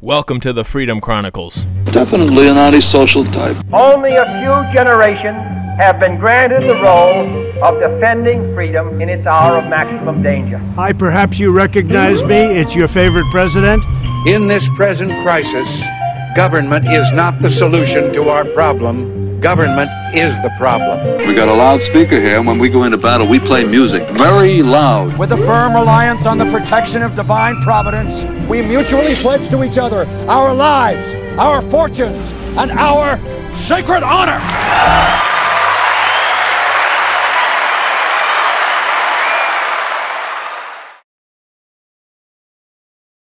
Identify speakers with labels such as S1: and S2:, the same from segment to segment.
S1: Welcome to the Freedom Chronicles.
S2: Definitely an antisocial type.
S3: Only a few generations have been granted the role of defending freedom in its hour of maximum danger.
S4: Hi, perhaps you recognize me. It's your favorite president.
S5: In this present crisis, government is not the solution to our problem. Government is the problem.
S2: We got a loudspeaker here, and when we go into battle, we play music very loud.
S6: With a firm reliance on the protection of divine providence, we mutually pledge to each other our lives, our fortunes, and our sacred honor.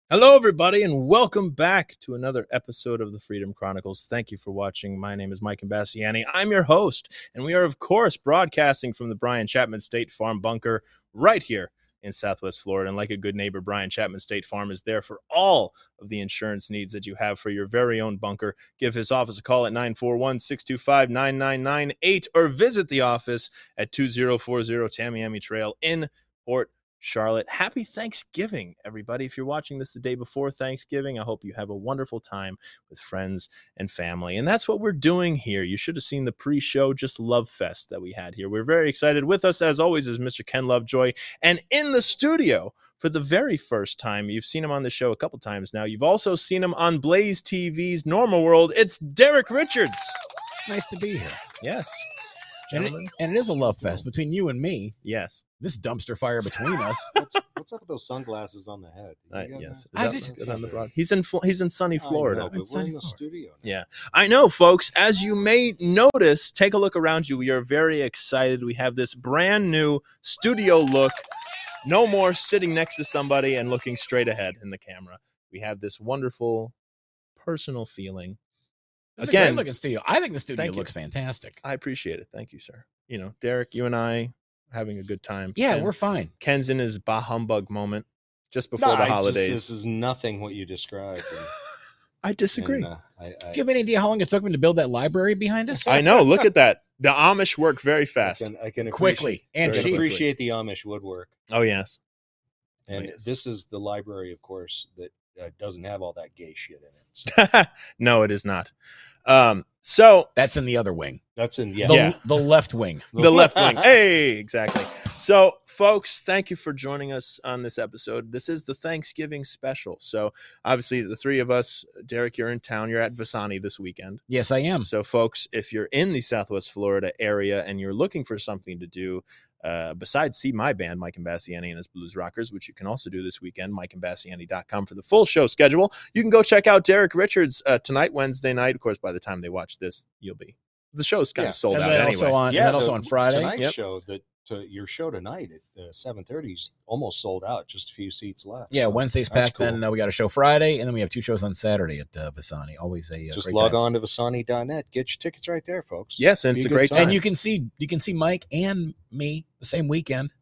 S1: Hello, everybody, and welcome back to another episode of the Freedom Chronicles. Thank you for watching. My name is Mike Ambassiani. I'm your host, and we are, of course, broadcasting from the Brian Chapman State Farm bunker right here in Southwest Florida. And like a good neighbor, Brian Chapman State Farm is there for all of the insurance needs that you have for your very own bunker. Give his office a call at 941 625 9998 or visit the office at 2040 Tamiami Trail in Port. Charlotte. Happy Thanksgiving, everybody. If you're watching this the day before Thanksgiving, I hope you have a wonderful time with friends and family. And that's what we're doing here. You should have seen the pre show Just Love Fest that we had here. We're very excited. With us, as always, is Mr. Ken Lovejoy. And in the studio, for the very first time, you've seen him on the show a couple times now. You've also seen him on Blaze TV's Normal World. It's Derek Richards.
S7: Nice to be here.
S1: Yes.
S7: And it,
S1: Gentlemen.
S7: and it is a love fest between you and me.
S1: Yes.
S7: This dumpster fire between us.
S8: What's, what's up with those sunglasses on the head? You
S1: Uh,
S8: got
S1: yes. Is
S8: that?
S7: I
S1: that
S7: just-
S1: good on the broad- He's in Fl- he's in sunny
S8: I know,
S1: Florida.
S8: but we're in the
S7: Florida.
S8: studio. now.
S1: Yeah. I know, folks. As you may notice, take a look around you. We are very excited. We have this brand new studio look. No more sitting next to somebody and looking straight ahead in the camera. We have this wonderful personal feeling.
S7: It's a
S1: Again.
S7: great looking studio. I think the studio
S1: Thank you.
S7: looks fantastic.
S1: I appreciate it. Thank you, sir. You know, Derek, you and I are having a good time.
S7: Yeah,
S1: And
S7: we're fine.
S1: Ken's in his bah humbug moment just before
S8: No,
S1: the
S8: I just-
S1: holidays.
S8: this is nothing what you described. and-
S1: I disagree.
S8: and, uh, I, I,
S7: Do you have any idea how long it took them to build that library behind us?
S1: I know. Look at that. The Amish work very fast.
S8: I can, I can
S7: Quickly and
S8: appreciate, I
S1: Very
S8: can
S7: cheap.
S1: quickly.
S8: appreciate the Amish woodwork,
S1: Oh, yes.
S7: Oh,
S8: and
S1: yes.
S8: this is the library, of course, that uh, doesn't have all that gay shit in it. So
S1: no, it is not. Um, so
S7: That's in the other wing.
S8: that's in yeah.
S7: The,
S1: Yeah.
S7: the left wing.
S1: the left wing. Hey, exactly. So, folks, thank you for joining us on this episode. This is the Thanksgiving special. So, obviously, the three of us, Derek, you're in town. You're at Visani this weekend.
S7: Yes, I am.
S1: So, folks, if you're in the Southwest Florida area and you're looking for something to do, uh, besides see my band, Mike Ambassiani and his Blues Rockers, which you can also do this weekend, MikeAmbassiani.com for the full show schedule. You can go check out Derek Richards uh, tonight, Wednesday night. Of course, by the time they watch this, you'll be. The show's kind
S8: Yeah.
S1: of sold
S7: And
S1: out
S7: then
S1: anyway.
S7: also on, and then also
S8: the-
S7: on Friday.
S8: tonight's
S7: Yep.
S8: show that uh, your show tonight at uh, seven thirty is almost sold out. Just a few seats left.
S7: Yeah,
S8: so
S7: Wednesday's
S8: that's
S7: packed. Then
S8: cool.
S7: uh, we got a show Friday, and then we have two shows on Saturday at uh, Visani. Always a uh,
S8: just
S7: great
S8: log
S7: time.
S8: on to Vasani.net. Get your tickets right there, folks.
S1: Yes, and
S8: Be
S1: it's a
S8: a good
S1: great time.
S8: time.
S7: And you can see you can see Mike and me the same weekend.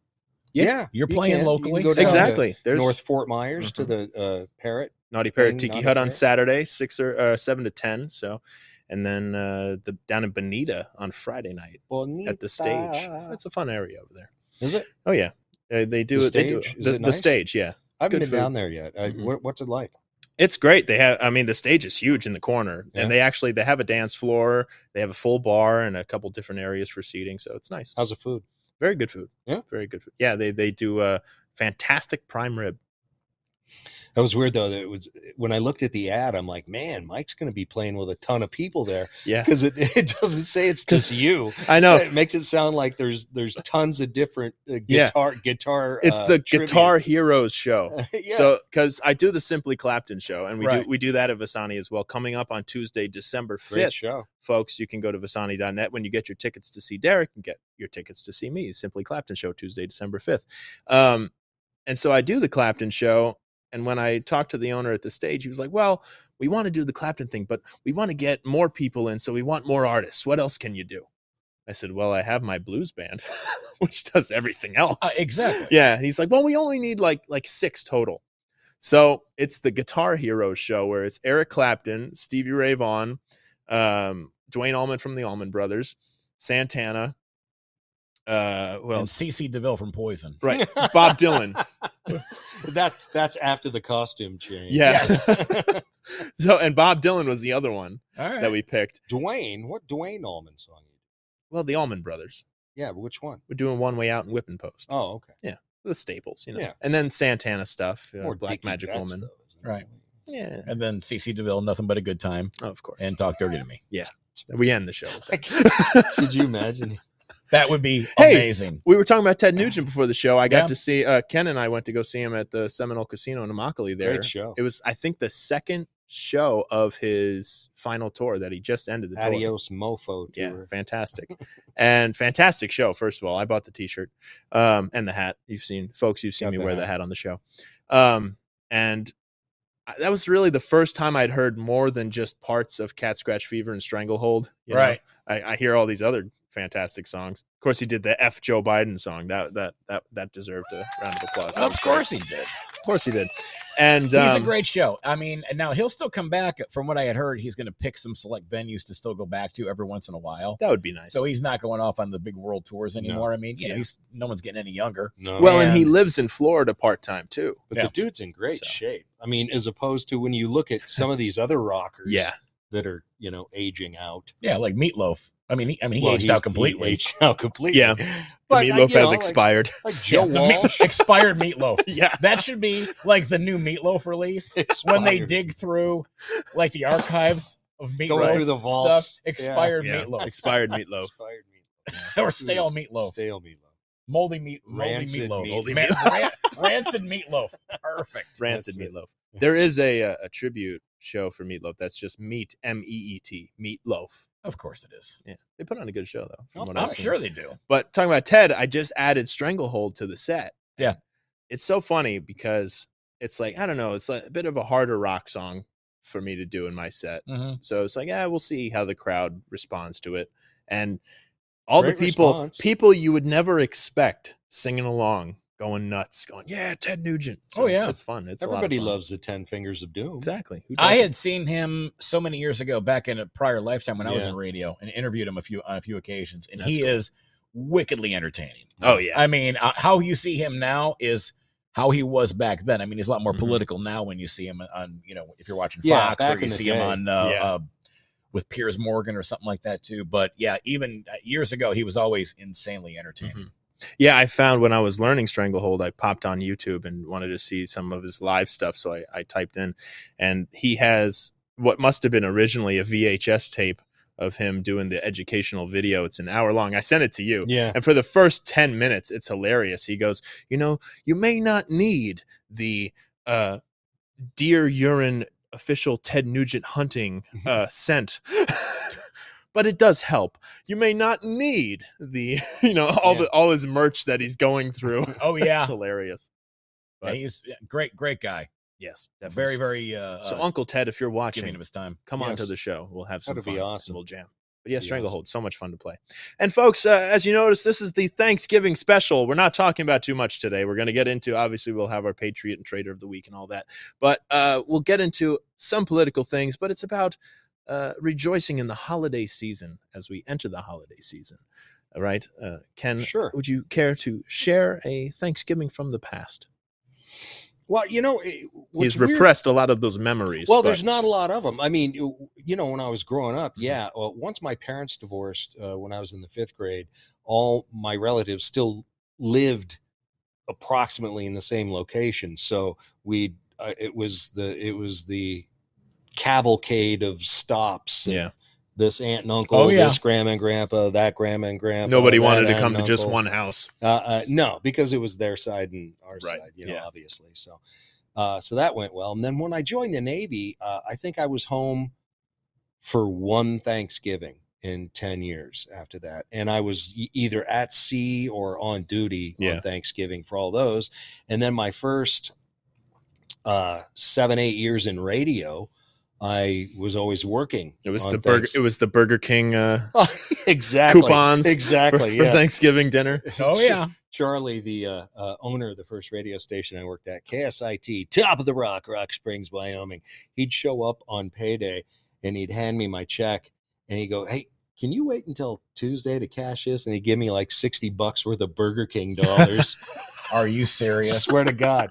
S8: Yeah,
S7: You're
S8: you
S7: playing
S8: can- you
S7: locally,
S8: can go
S7: so- Mm-hmm.
S8: down to
S1: exactly. There's
S8: North Fort Myers
S1: Mhm.
S8: to the uh, Parrot.
S1: Naughty Parrot
S8: thing,
S1: Tiki
S8: Naughty
S1: Hut on
S8: Parrot.
S1: Saturday, six or uh, seven to ten. So, and then uh, the down in Bonita on Friday night
S8: Bonita.
S1: at the stage. That's a fun area over there.
S8: Is it?
S1: Oh yeah, uh, they do
S8: The
S1: it. They do
S8: stage?
S1: it.
S8: Is
S1: The,
S8: it
S1: the
S8: nice?
S1: stage. Yeah,
S8: I haven't
S1: Good
S8: been
S1: food.
S8: down there yet. I,
S7: Mm-hmm.
S1: Mhm.
S8: what, what's it like?
S1: it's great. They have. I mean, the stage is huge in the corner,
S8: Yeah.
S1: and they actually they have a dance floor. They have a full bar and a couple different areas for seating. So it's nice.
S8: How's the food?
S1: Very good food.
S8: Yeah?
S1: very good food. Yeah, they they do uh, fantastic prime rib.
S8: That was weird though. That it was when I looked at the ad. I'm like, man, Mike's going to be playing with a ton of people there
S1: Yeah,
S8: because it, it doesn't say it's just you.
S1: I know.
S8: It makes it sound like there's there's tons of different uh,
S1: Yeah.
S8: guitar guitar.
S1: It's
S8: uh,
S1: the Guitar
S8: tribunes.
S1: Heroes show.
S8: yeah.
S1: So, because I do the Simply Clapton show, and we
S7: Right.
S1: do we do that at Visani as well. Coming up on Tuesday, December
S8: great
S1: fifth,
S8: show.
S1: folks, you can go to Visani.net when you get your tickets to see Derek and get your tickets to see me. the Simply Clapton show Tuesday, December fifth. Um, and so I do the Clapton show, and when I talked to the owner at the stage, he was like, "Well, we want to do the Clapton thing, but we want to get more people in, so we want more artists. What else can you do?" I said, "Well, I have my blues band, which does everything else."
S7: Uh, exactly.
S1: Yeah, and he's like, "Well, we only need like like six total." So it's the Guitar Heroes show where it's Eric Clapton, Stevie Ray Vaughan, um, Dwayne Allman from the Allman Brothers, Santana, uh, who
S7: And
S1: else?
S7: CC DeVille from Poison.
S1: Right, Bob Dylan.
S8: that that's after the costume change.
S1: Yes. so and Bob Dylan was the other one
S7: All right.
S1: that we picked.
S8: Dwayne, what Dwayne Allman song?
S1: Well, the Allman Brothers.
S8: Yeah, but which one?
S1: We're doing One Way Out and Whip and Post.
S8: Oh, okay.
S1: The staples, you know.
S8: Yeah.
S1: And then Santana stuff, you know,
S8: More
S1: Black
S8: Dickie
S1: Magic
S8: Betts,
S1: Woman.
S8: though, isn't it?
S7: Right.
S1: Yeah.
S7: and then CC DeVille, nothing but a good time,
S1: Oh, of course.
S7: and talk dirty to me.
S1: we end the show. with that.
S8: Could you imagine?
S7: That would be
S1: Hey.
S7: amazing.
S1: We were talking about Ted Nugent before the show. I got
S7: Yeah.
S1: to see uh, Ken and I went to go see him at the Seminole Casino in Immokalee there.
S8: Great show.
S1: It was, I think, the second show of his final tour that he just ended the tour.
S8: Adios, mofo.
S1: Yeah,
S8: Tour.
S1: fantastic. and fantastic show, first of all. I bought the t shirt um, and the hat. You've seen, folks, you've seen
S8: Got
S1: me
S8: the
S1: wear the
S8: hat.
S1: hat on the show. Um, and I- that was really the first time I'd heard more than just parts of Cat Scratch Fever and Stranglehold. you know?
S7: Right.
S1: I, I hear all these other fantastic songs. Of course, he did the F Joe Biden song. That that that that deserved a round of applause. That was
S7: of
S1: great.
S7: course he did.
S1: of course he did. And
S7: He's a
S1: um,
S7: great show. I mean, and now he'll still come back. From what I had heard, he's going to pick some select venues to still go back to every once in a while.
S1: That would be nice.
S7: So he's not going off on the big world tours anymore. I mean, yeah,
S1: Yeah.
S7: he's no one's getting any younger.
S8: No,
S1: well, and he
S7: man.
S1: lives in Florida part time too.
S8: but
S7: yeah.
S8: the dude's in great
S1: So.
S8: shape. I mean, as opposed to when you look at some of these other rockers,
S1: Yeah.
S8: that are you know aging out.
S7: Yeah, like Meatloaf. I mean, he, I mean, he
S8: Well,
S7: aged
S8: he's-
S7: out completely.
S8: He aged out completely.
S1: Yeah.
S8: but
S1: the
S8: uh,
S1: meatloaf
S8: you know,
S1: has
S8: like-
S1: expired.
S8: Like,
S7: Yeah,
S8: Joe
S7: the meat-
S8: Walsh.
S7: expired Meatloaf.
S1: yeah.
S7: That should be like the new Meatloaf release. when they
S8: Expired.
S7: dig through like the archives of meatloaf
S8: Going through the vaults.
S7: stuff, expired
S1: Yeah.
S7: meatloaf
S1: Expired meatloaf.
S8: Expired meatloaf.
S7: or stale meatloaf,
S8: Stale meatloaf.
S7: moldy meat, moldy
S8: Rancid
S7: meatloaf,
S8: meat.
S1: Moldy
S7: Man-
S1: meatloaf.
S7: ran- rancid meatloaf. Perfect.
S1: Rancid
S8: That's it.
S1: meatloaf. There is a uh, a tribute show for meatloaf. That's just meat M E E T meatloaf.
S7: Of course it is.
S1: Yeah, they put on a good show though. from
S8: Oh,
S1: what I've
S7: I'm
S8: Awesome.
S1: seen.
S7: sure they do.
S1: But talking about Ted, I just added Stranglehold to the set.
S7: Yeah.
S1: It's so funny because it's like, I don't know, it's like a bit of a harder rock song for me to do in my set.
S7: Mhm.
S1: So it's like, yeah, we'll see how the crowd responds to it. And all the
S8: Great
S1: people,
S8: response.
S1: people you would never expect singing along, going nuts, going, yeah, Ted Nugent.
S7: Oh, yeah.
S1: It's fun. It's a lot of
S8: Everybody
S1: fun.
S8: loves the Ten Fingers of Doom.
S1: Exactly. Who
S7: I
S1: doesn't?
S7: had seen him so many years ago back in a prior lifetime when I was
S8: Yeah.
S7: in radio and interviewed him a few on a few occasions, and
S1: That's
S7: he
S1: cool.
S7: is wickedly entertaining.
S1: Oh, yeah.
S7: I mean, uh, how you see him now is how he was back then. I mean, he's a lot more
S1: Mhm.
S7: political now when you see him on, you know, if you're watching
S8: Yeah,
S7: Fox or
S8: back
S7: you
S8: in the
S7: see
S8: day.
S7: him on uh,
S1: Yeah.
S7: uh, with Piers Morgan or something like that too. But yeah, even uh, years ago, he was always insanely entertaining.
S1: Mhm. Yeah, I found when I was learning Stranglehold, I popped on YouTube and wanted to see some of his live stuff. So I, I typed in, and he has what must have been originally a VHS tape of him doing the educational video. It's an hour long. I sent it to you.
S8: Yeah.
S1: And for the first 10 minutes, it's hilarious. He goes, You know, you may not need the uh, deer urine official Ted Nugent hunting
S7: Mm-hmm.
S1: uh, scent. But it does help. You may not need the, you know, all
S8: Yeah.
S1: the all his merch that he's going through.
S7: Oh yeah.
S1: It's hilarious.
S7: Yeah, he's a great, great guy.
S1: Yes,
S7: Very,
S1: definitely.
S7: very. Uh,
S1: So,
S7: uh,
S1: Uncle Ted, if you're
S7: giving him
S1: watching,
S7: his time.
S1: come on to
S8: Yes.
S1: the show. We'll have some
S8: That'd
S1: fun.
S8: be
S1: and
S8: awesome.
S1: We'll jam. But yeah,
S8: Be
S1: Stranglehold, so much fun to play. And folks, uh, as you notice, this is the Thanksgiving special. We're not talking about too much today. We're going to get into, obviously, we'll have our Patriot and Trader of the Week and all that. But uh, we'll get into some political things, but it's about uh, rejoicing in the holiday season as we enter the holiday season. All right. Uh, Ken,
S8: Sure.
S1: would you care to share a Thanksgiving from the past?
S8: Well, you know, it- what's
S1: He's
S8: weird-
S1: repressed a lot of those memories.
S8: Well,
S1: but- Mm-hmm.
S8: there's not a lot of them. I mean, you you know, when I was growing up, yeah. Well, once my parents divorced, uh, when I was in the fifth grade, all my relatives still lived approximately in the same location. So we, uh, it was the it was the cavalcade of stops. and
S1: Yeah.
S8: This aunt and uncle,
S7: Oh, yeah.
S8: this grandma and grandpa, that grandma and grandpa.
S1: Nobody
S8: that
S1: wanted to
S8: aunt
S1: come
S8: and
S1: to just
S8: uncle.
S1: one house.
S8: Uh, uh, no, because it was their side and our
S1: Right,
S8: side, you know,
S1: yeah.
S8: obviously. So, uh, so that went well. And then when I joined the Navy, uh, I think I was home for one Thanksgiving in 10 years after that. And I was e- either at sea or on duty
S1: Yeah.
S8: on Thanksgiving for all those. And then my first uh, seven, eight years in radio, I was always working.
S1: It was
S8: on
S1: the burger.
S8: Thanks-
S1: It was the Burger King uh,
S8: exactly.
S1: coupons for-
S8: Exactly.
S1: for
S8: yeah.
S1: Thanksgiving dinner.
S7: Oh yeah.
S8: Charlie, the uh, uh, owner of the first radio station I worked at, KSIT, top of the rock, Rock Springs, Wyoming, he'd show up on payday and he'd hand me my check and he'd go, Hey, Can you wait until Tuesday to cash this? And he gave me like 60 bucks worth of Burger King dollars.
S7: Are you
S8: I
S7: serious?
S8: swear to God.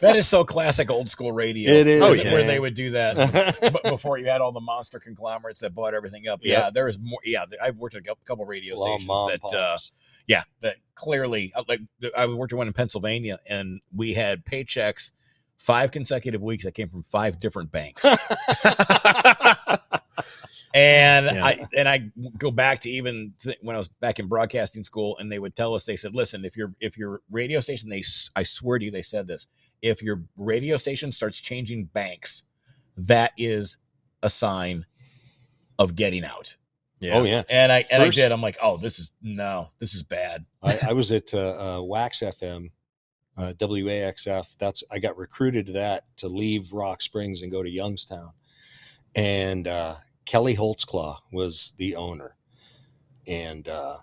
S7: That is so classic old school radio.
S8: It is,
S7: Oh,
S1: yeah.
S7: where they would do that. but before you had all the monster conglomerates that bought everything up.
S8: Yep.
S7: Yeah, there is more. Yeah, th- I've worked at a cou- couple radio
S8: Well,
S7: stations
S8: mom,
S7: that, uh,
S8: pops.
S7: yeah, that clearly, uh, like th- I worked at one in Pennsylvania and we had paychecks five consecutive weeks that came from five different banks. And
S1: Yeah.
S7: I and I go back to even th- when I was back in broadcasting school, and they would tell us they said, "Listen, if your if your radio station, they s- I swear to you, they said this. If your radio station starts changing banks, that is a sign of getting out."
S1: Yeah.
S8: oh, yeah.
S7: And I and
S8: First-
S7: I did. I'm like, "Oh, this is no, this is bad."
S8: I, I was at uh, uh, Wax FM, uh, WAXF. That's I got recruited to that to leave Rock Springs and go to Youngstown, and uh, Kelly Holtzclaw was the owner, and uh,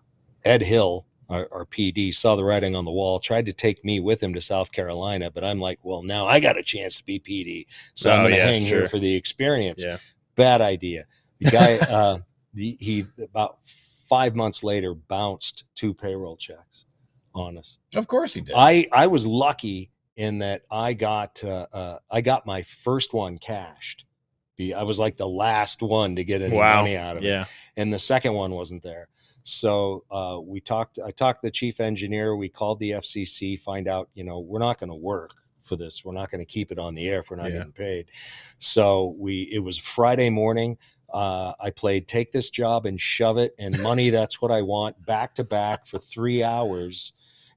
S8: Ed Hill. Our, our PD saw the writing on the wall, tried to take me with him to South Carolina, but I'm like, well, now I got a chance to be PD, so
S1: Oh,
S8: I'm going to
S1: yeah,
S8: hang
S1: sure.
S8: here for the experience
S1: Yeah.
S8: bad idea. The guy, uh, the, he about five months later bounced two payroll checks on us.
S7: Of course he did.
S8: I I was lucky in that I got uh, uh, I got my first one cashed. Be- I was like the last one to get any
S1: Wow.
S8: money out of it
S1: Yeah.
S8: and the second one wasn't there. So uh, we talked. I talked to the chief engineer. We called the FCC, find out. You know, we're not going to work for this. We're not going to keep it on the air if we're not
S1: Yeah.
S8: getting paid. So we. It was Friday morning. Uh, I played "Take This Job and Shove It" and "Money That's What I Want" back to back for three hours,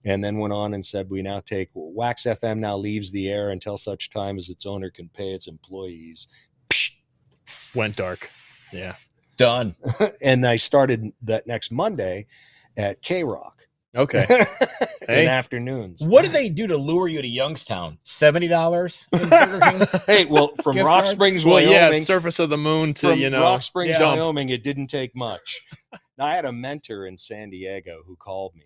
S8: and then went on and said, "We now take Wax FM now leaves the air until such time as its owner can pay its employees."
S1: Went dark. Yeah.
S7: Done.
S8: and I started that next Monday at K Rock
S1: Okay. Hey.
S8: in afternoons.
S7: What did they do to lure you to Youngstown? Seventy dollars. That's
S8: Hey, well, from
S7: Gift
S8: Rock
S7: cards?
S8: Springs,
S1: well, yeah.
S8: Wyoming,
S1: Surface of the moon to
S8: from
S1: you know.
S8: Rock Springs,
S1: yeah.
S8: Wyoming, it didn't take much. Now, I had a mentor in San Diego who called me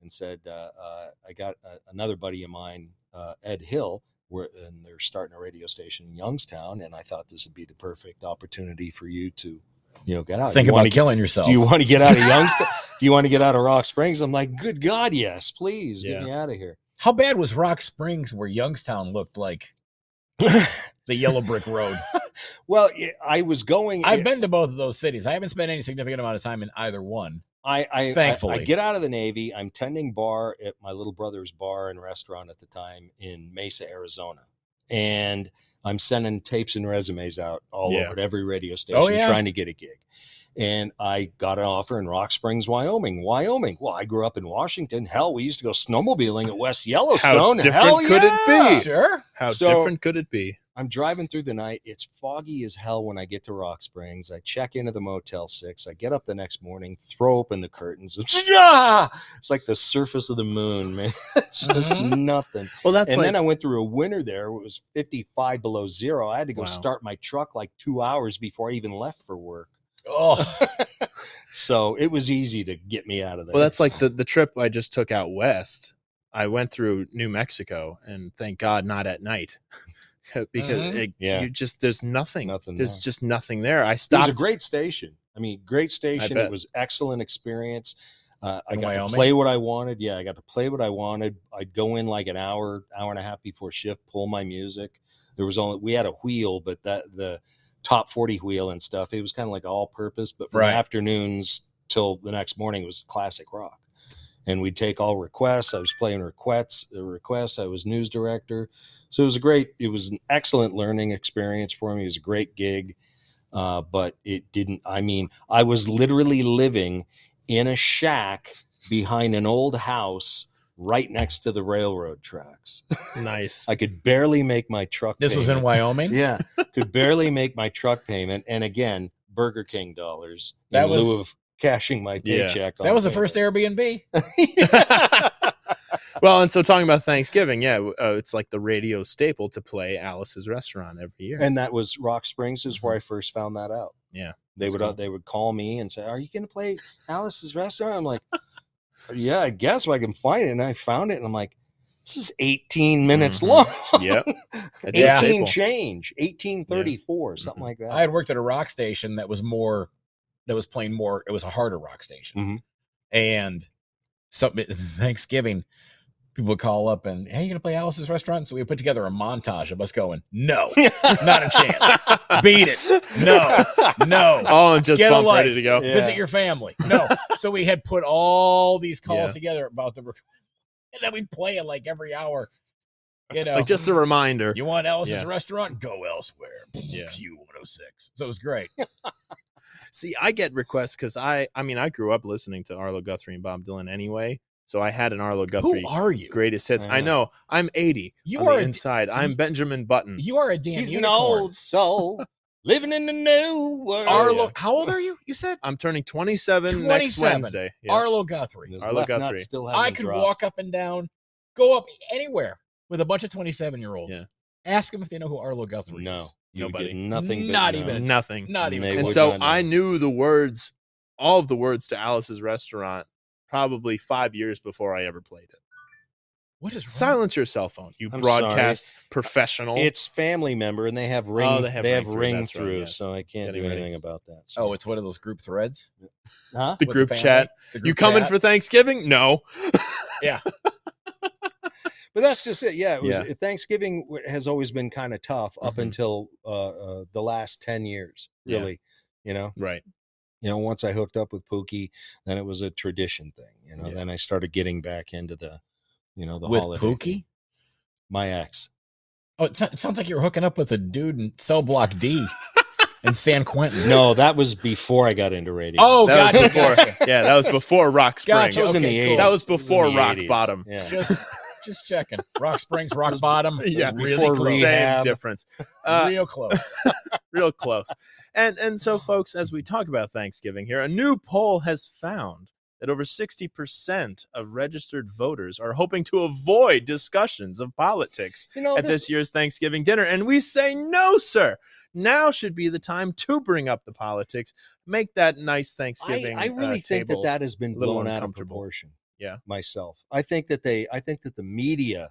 S8: and said, uh, uh, "I got uh, another buddy of mine, uh, Ed Hill." We're, and they're starting a radio station in Youngstown, and I thought this would be the perfect opportunity for you to, you know, get out.
S7: Think
S8: You
S7: about
S8: wanna
S7: killing yourself.
S8: do you want to get out of Youngstown? do you want to get out of Rock Springs? I'm like, good God, yes, please
S1: Yeah.
S8: get me out of here.
S7: How bad was Rock Springs where Youngstown looked like the yellow brick road?
S8: well, yeah, I was going.
S7: I've been to both of those cities. I haven't spent any significant amount of time in either one.
S8: I, I, I- I,
S7: Thankfully.
S8: get out of the Navy. I'm tending bar at my little brother's bar and restaurant at the time in Mesa, Arizona, and I'm sending tapes and resumes out all
S1: Yeah. Oh,
S8: over to every radio station
S7: yeah.
S8: trying to get a gig. And I got an offer in Rock Springs, Wyoming. Wyoming. Well, I grew up in Washington. Hell, we used to go snowmobiling at West Yellowstone.
S1: different
S8: Hell
S1: could it be?
S8: yeah!
S7: Sure.
S1: How
S8: So-
S1: different could it be?
S8: I'm driving through the night. It's foggy as hell when I get to Rock Springs. I check into the Motel 6. I get up the next morning, throw open the curtains. It's, yeah! it's like the surface of the moon, man. It's just
S7: Mhm.
S8: nothing.
S1: Well, Mm-hmm. that's
S8: and then I went through a winter there. where It was 55 below zero. I had to go
S1: Wow.
S8: start my truck like two hours before I even left for work.
S7: Oh,
S8: So it was easy to get me out of there.
S1: Well, that's like the, the trip I just took out west. I went through New Mexico, and thank God not at night, because
S7: Mhm.
S1: it,
S8: Mm-hmm. Yeah.
S1: you just there's nothing.
S8: Nothing
S1: There's
S8: there.
S1: just nothing there. I
S8: It was
S1: stopped.
S8: a great station. I mean, great station.
S1: bet.
S8: It was excellent experience. Uh, I
S7: In
S8: got
S7: Wyoming?
S8: to play what I wanted. Yeah, I got to play what I wanted. I'd go in like an hour, hour and a half before shift, pull my music. There was only we had a wheel, but that the top forty wheel and stuff. It was kind of like all purpose, but from
S7: Right.
S8: afternoons till the next morning it was classic rock. And we'd take all requests. I was playing requests, uh, requests. I was news director, so it was a great. It was an excellent learning experience for me. It was a great gig uh, but it didn't. I mean, I was literally living in a shack behind an old house right next to the railroad tracks.
S1: nice.
S8: I could barely make my truck.
S7: this was in
S8: payment.
S7: Wyoming.
S8: Yeah, could barely make my truck payment, and again, Burger King dollars
S7: That
S8: in
S7: was-
S8: lieu of cashing my
S1: Yeah.
S8: paycheck.
S7: That was the first Airbnb.
S1: well, and so talking about Thanksgiving, yeah, uh, it's like the radio staple to play Alice's Restaurant every year.
S8: and that was Rock Springs is where I first found that out.
S1: Yeah,
S8: they
S1: that's
S8: would uh,
S1: cool.
S8: they would call me and say, "Are you going to play Alice's Restaurant?" I'm like, "Yeah, I guess if I can find it." And I found it, and I'm like, "This is 18 minutes
S1: Mhm.
S8: long.
S1: yep, it's a staple.
S8: 18 change, 1834, something like that."
S7: I had worked at a rock station that was more that was playing more. It was a harder rock station,
S1: Mm-hmm.
S8: Mhm.
S7: and something Thanksgiving. People would call up and hey, you gonna play Alice's restaurant? So we put together a montage of us going, no, not a chance. Beat it. No, no.
S1: Oh, and just
S7: Get a
S1: bump
S7: life.
S1: ready to go.
S8: Yeah.
S7: Visit your family. No. so we had put all these calls together about the, rec- and then we'd play it like every hour. You know,
S1: Like just a reminder.
S7: you want Alice's
S1: Yeah.
S7: restaurant? Go elsewhere.
S1: Yeah.
S7: Q one hundred six. So it was great.
S1: See, I get requests because I, I mean, I grew up listening to Arlo Guthrie and Bob Dylan anyway, so I had an Arlo Guthrie
S7: Who are you?
S1: greatest hits. I
S8: Yeah.
S1: know I'm 80.
S7: You
S1: on the
S7: are a-
S1: inside. I'm Benjamin Button.
S7: You are a damn
S5: He's an
S7: unicorn.
S5: old soul living in the new world.
S7: Arlo. How old are you? You said
S1: I'm turning 27, next
S7: 27.
S1: Wednesday. Yeah.
S7: Arlo Guthrie.
S8: His
S1: Arlo
S8: left nut
S1: Guthrie.
S8: still
S7: I
S8: hasn't
S7: could
S8: dropped.
S7: walk up and down, go up anywhere with a bunch of twenty-seven year olds.
S1: Yeah.
S7: Ask them if they know who Arlo Guthrie is.
S8: No, you would
S1: Nobody.
S8: get Nothing. but
S7: Not
S8: no.
S7: even.
S1: Uh, Nothing.
S7: Not even.
S8: They
S7: close.
S1: and
S8: would
S1: so
S8: not know.
S1: I knew the words, all of the words to Alice's Restaurant, probably five years before I ever played it.
S7: what is wrong?
S1: Silence your cell phone, you
S8: I'm
S1: broadcast professional.
S8: It's family member, and they have ring.
S1: Oh,
S8: they have, ring,
S1: through,
S8: through,
S1: that's right, yes.
S8: so I can't
S1: Getting
S8: do
S1: ready.
S8: anything about that.
S7: Oh, it's one of those group threads.
S8: huh?
S1: the
S7: with
S1: group
S7: family,
S1: chat.
S7: the
S1: You
S7: group
S1: coming
S7: chat.
S1: for Thanksgiving? No.
S8: But that's just it. Yeah, it was,
S1: Yeah.
S8: Thanksgiving w- has always been kind of tough up
S1: Mhm.
S8: until uh, uh, the last ten years,
S1: Yeah.
S8: really. You know,
S1: Right.
S8: you know, once I hooked up with Pookie, then it was a tradition thing. You know,
S1: Yeah.
S8: then I started getting back into the, you know, the
S7: with
S8: holiday
S7: Pookie?
S8: thing. my ex.
S7: Oh, it, so- it sounds like you're hooking up with a dude in cell block D in San Quentin.
S8: No, that was before I got into radio.
S7: Oh,
S1: that
S7: gotcha.
S1: was before.
S7: gotcha.
S1: Yeah, that was before Rock
S7: Gotcha.
S1: Springs.
S8: That was in
S7: Okay,
S8: the
S7: cool.
S8: 80s.
S1: That was
S8: It in
S1: before
S8: the
S1: Rock
S8: 80s.
S1: bottom.
S8: Yeah.
S7: Just, just checking. Rock Springs, Rock Bottom.
S1: Yeah,
S7: really
S8: before
S7: close.
S8: rehab.
S1: Same difference. Uh,
S7: Real close.
S1: real close. And and so, folks, as we talk about Thanksgiving here, a new poll has found that over 60% of registered voters are hoping to avoid discussions of politics
S8: You know,
S1: at this year's Thanksgiving dinner. And we say, no, sir. Now should be the time to bring up the politics. Make that nice Thanksgiving.
S8: I, I
S1: uh,
S8: really think that
S1: table.
S8: that has been
S1: little
S8: blown out of
S1: uncomfortable.
S8: proportion.
S1: Yeah.
S8: myself, I think that they, I think that the media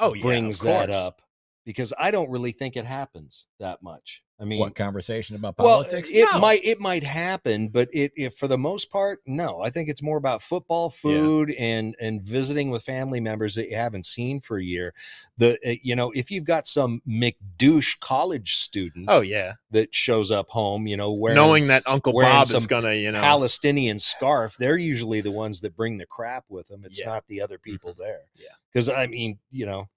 S1: oh, yeah, of
S8: brings that
S1: course.
S8: up because I don't really think it happens that much. I mean,
S7: what conversation about
S8: well,
S7: politics?
S8: it
S7: No.
S8: might it might happen, but it, it for the most part, no. I think it's more about football, food, and and visiting with family members that you haven't seen for a year. The uh, you know if you've got some McDouche college student
S1: Oh, yeah.
S8: that shows up home, you know, wearing
S1: Knowing that Uncle
S8: wearing
S1: Bob is
S8: some
S1: going to, you know.
S8: Palestinian scarf, they're usually the ones that bring the crap with them. It's
S1: Yeah.
S8: not the other people
S7: Mm-hmm.
S8: there.
S1: Yeah.
S8: Because I mean, you know,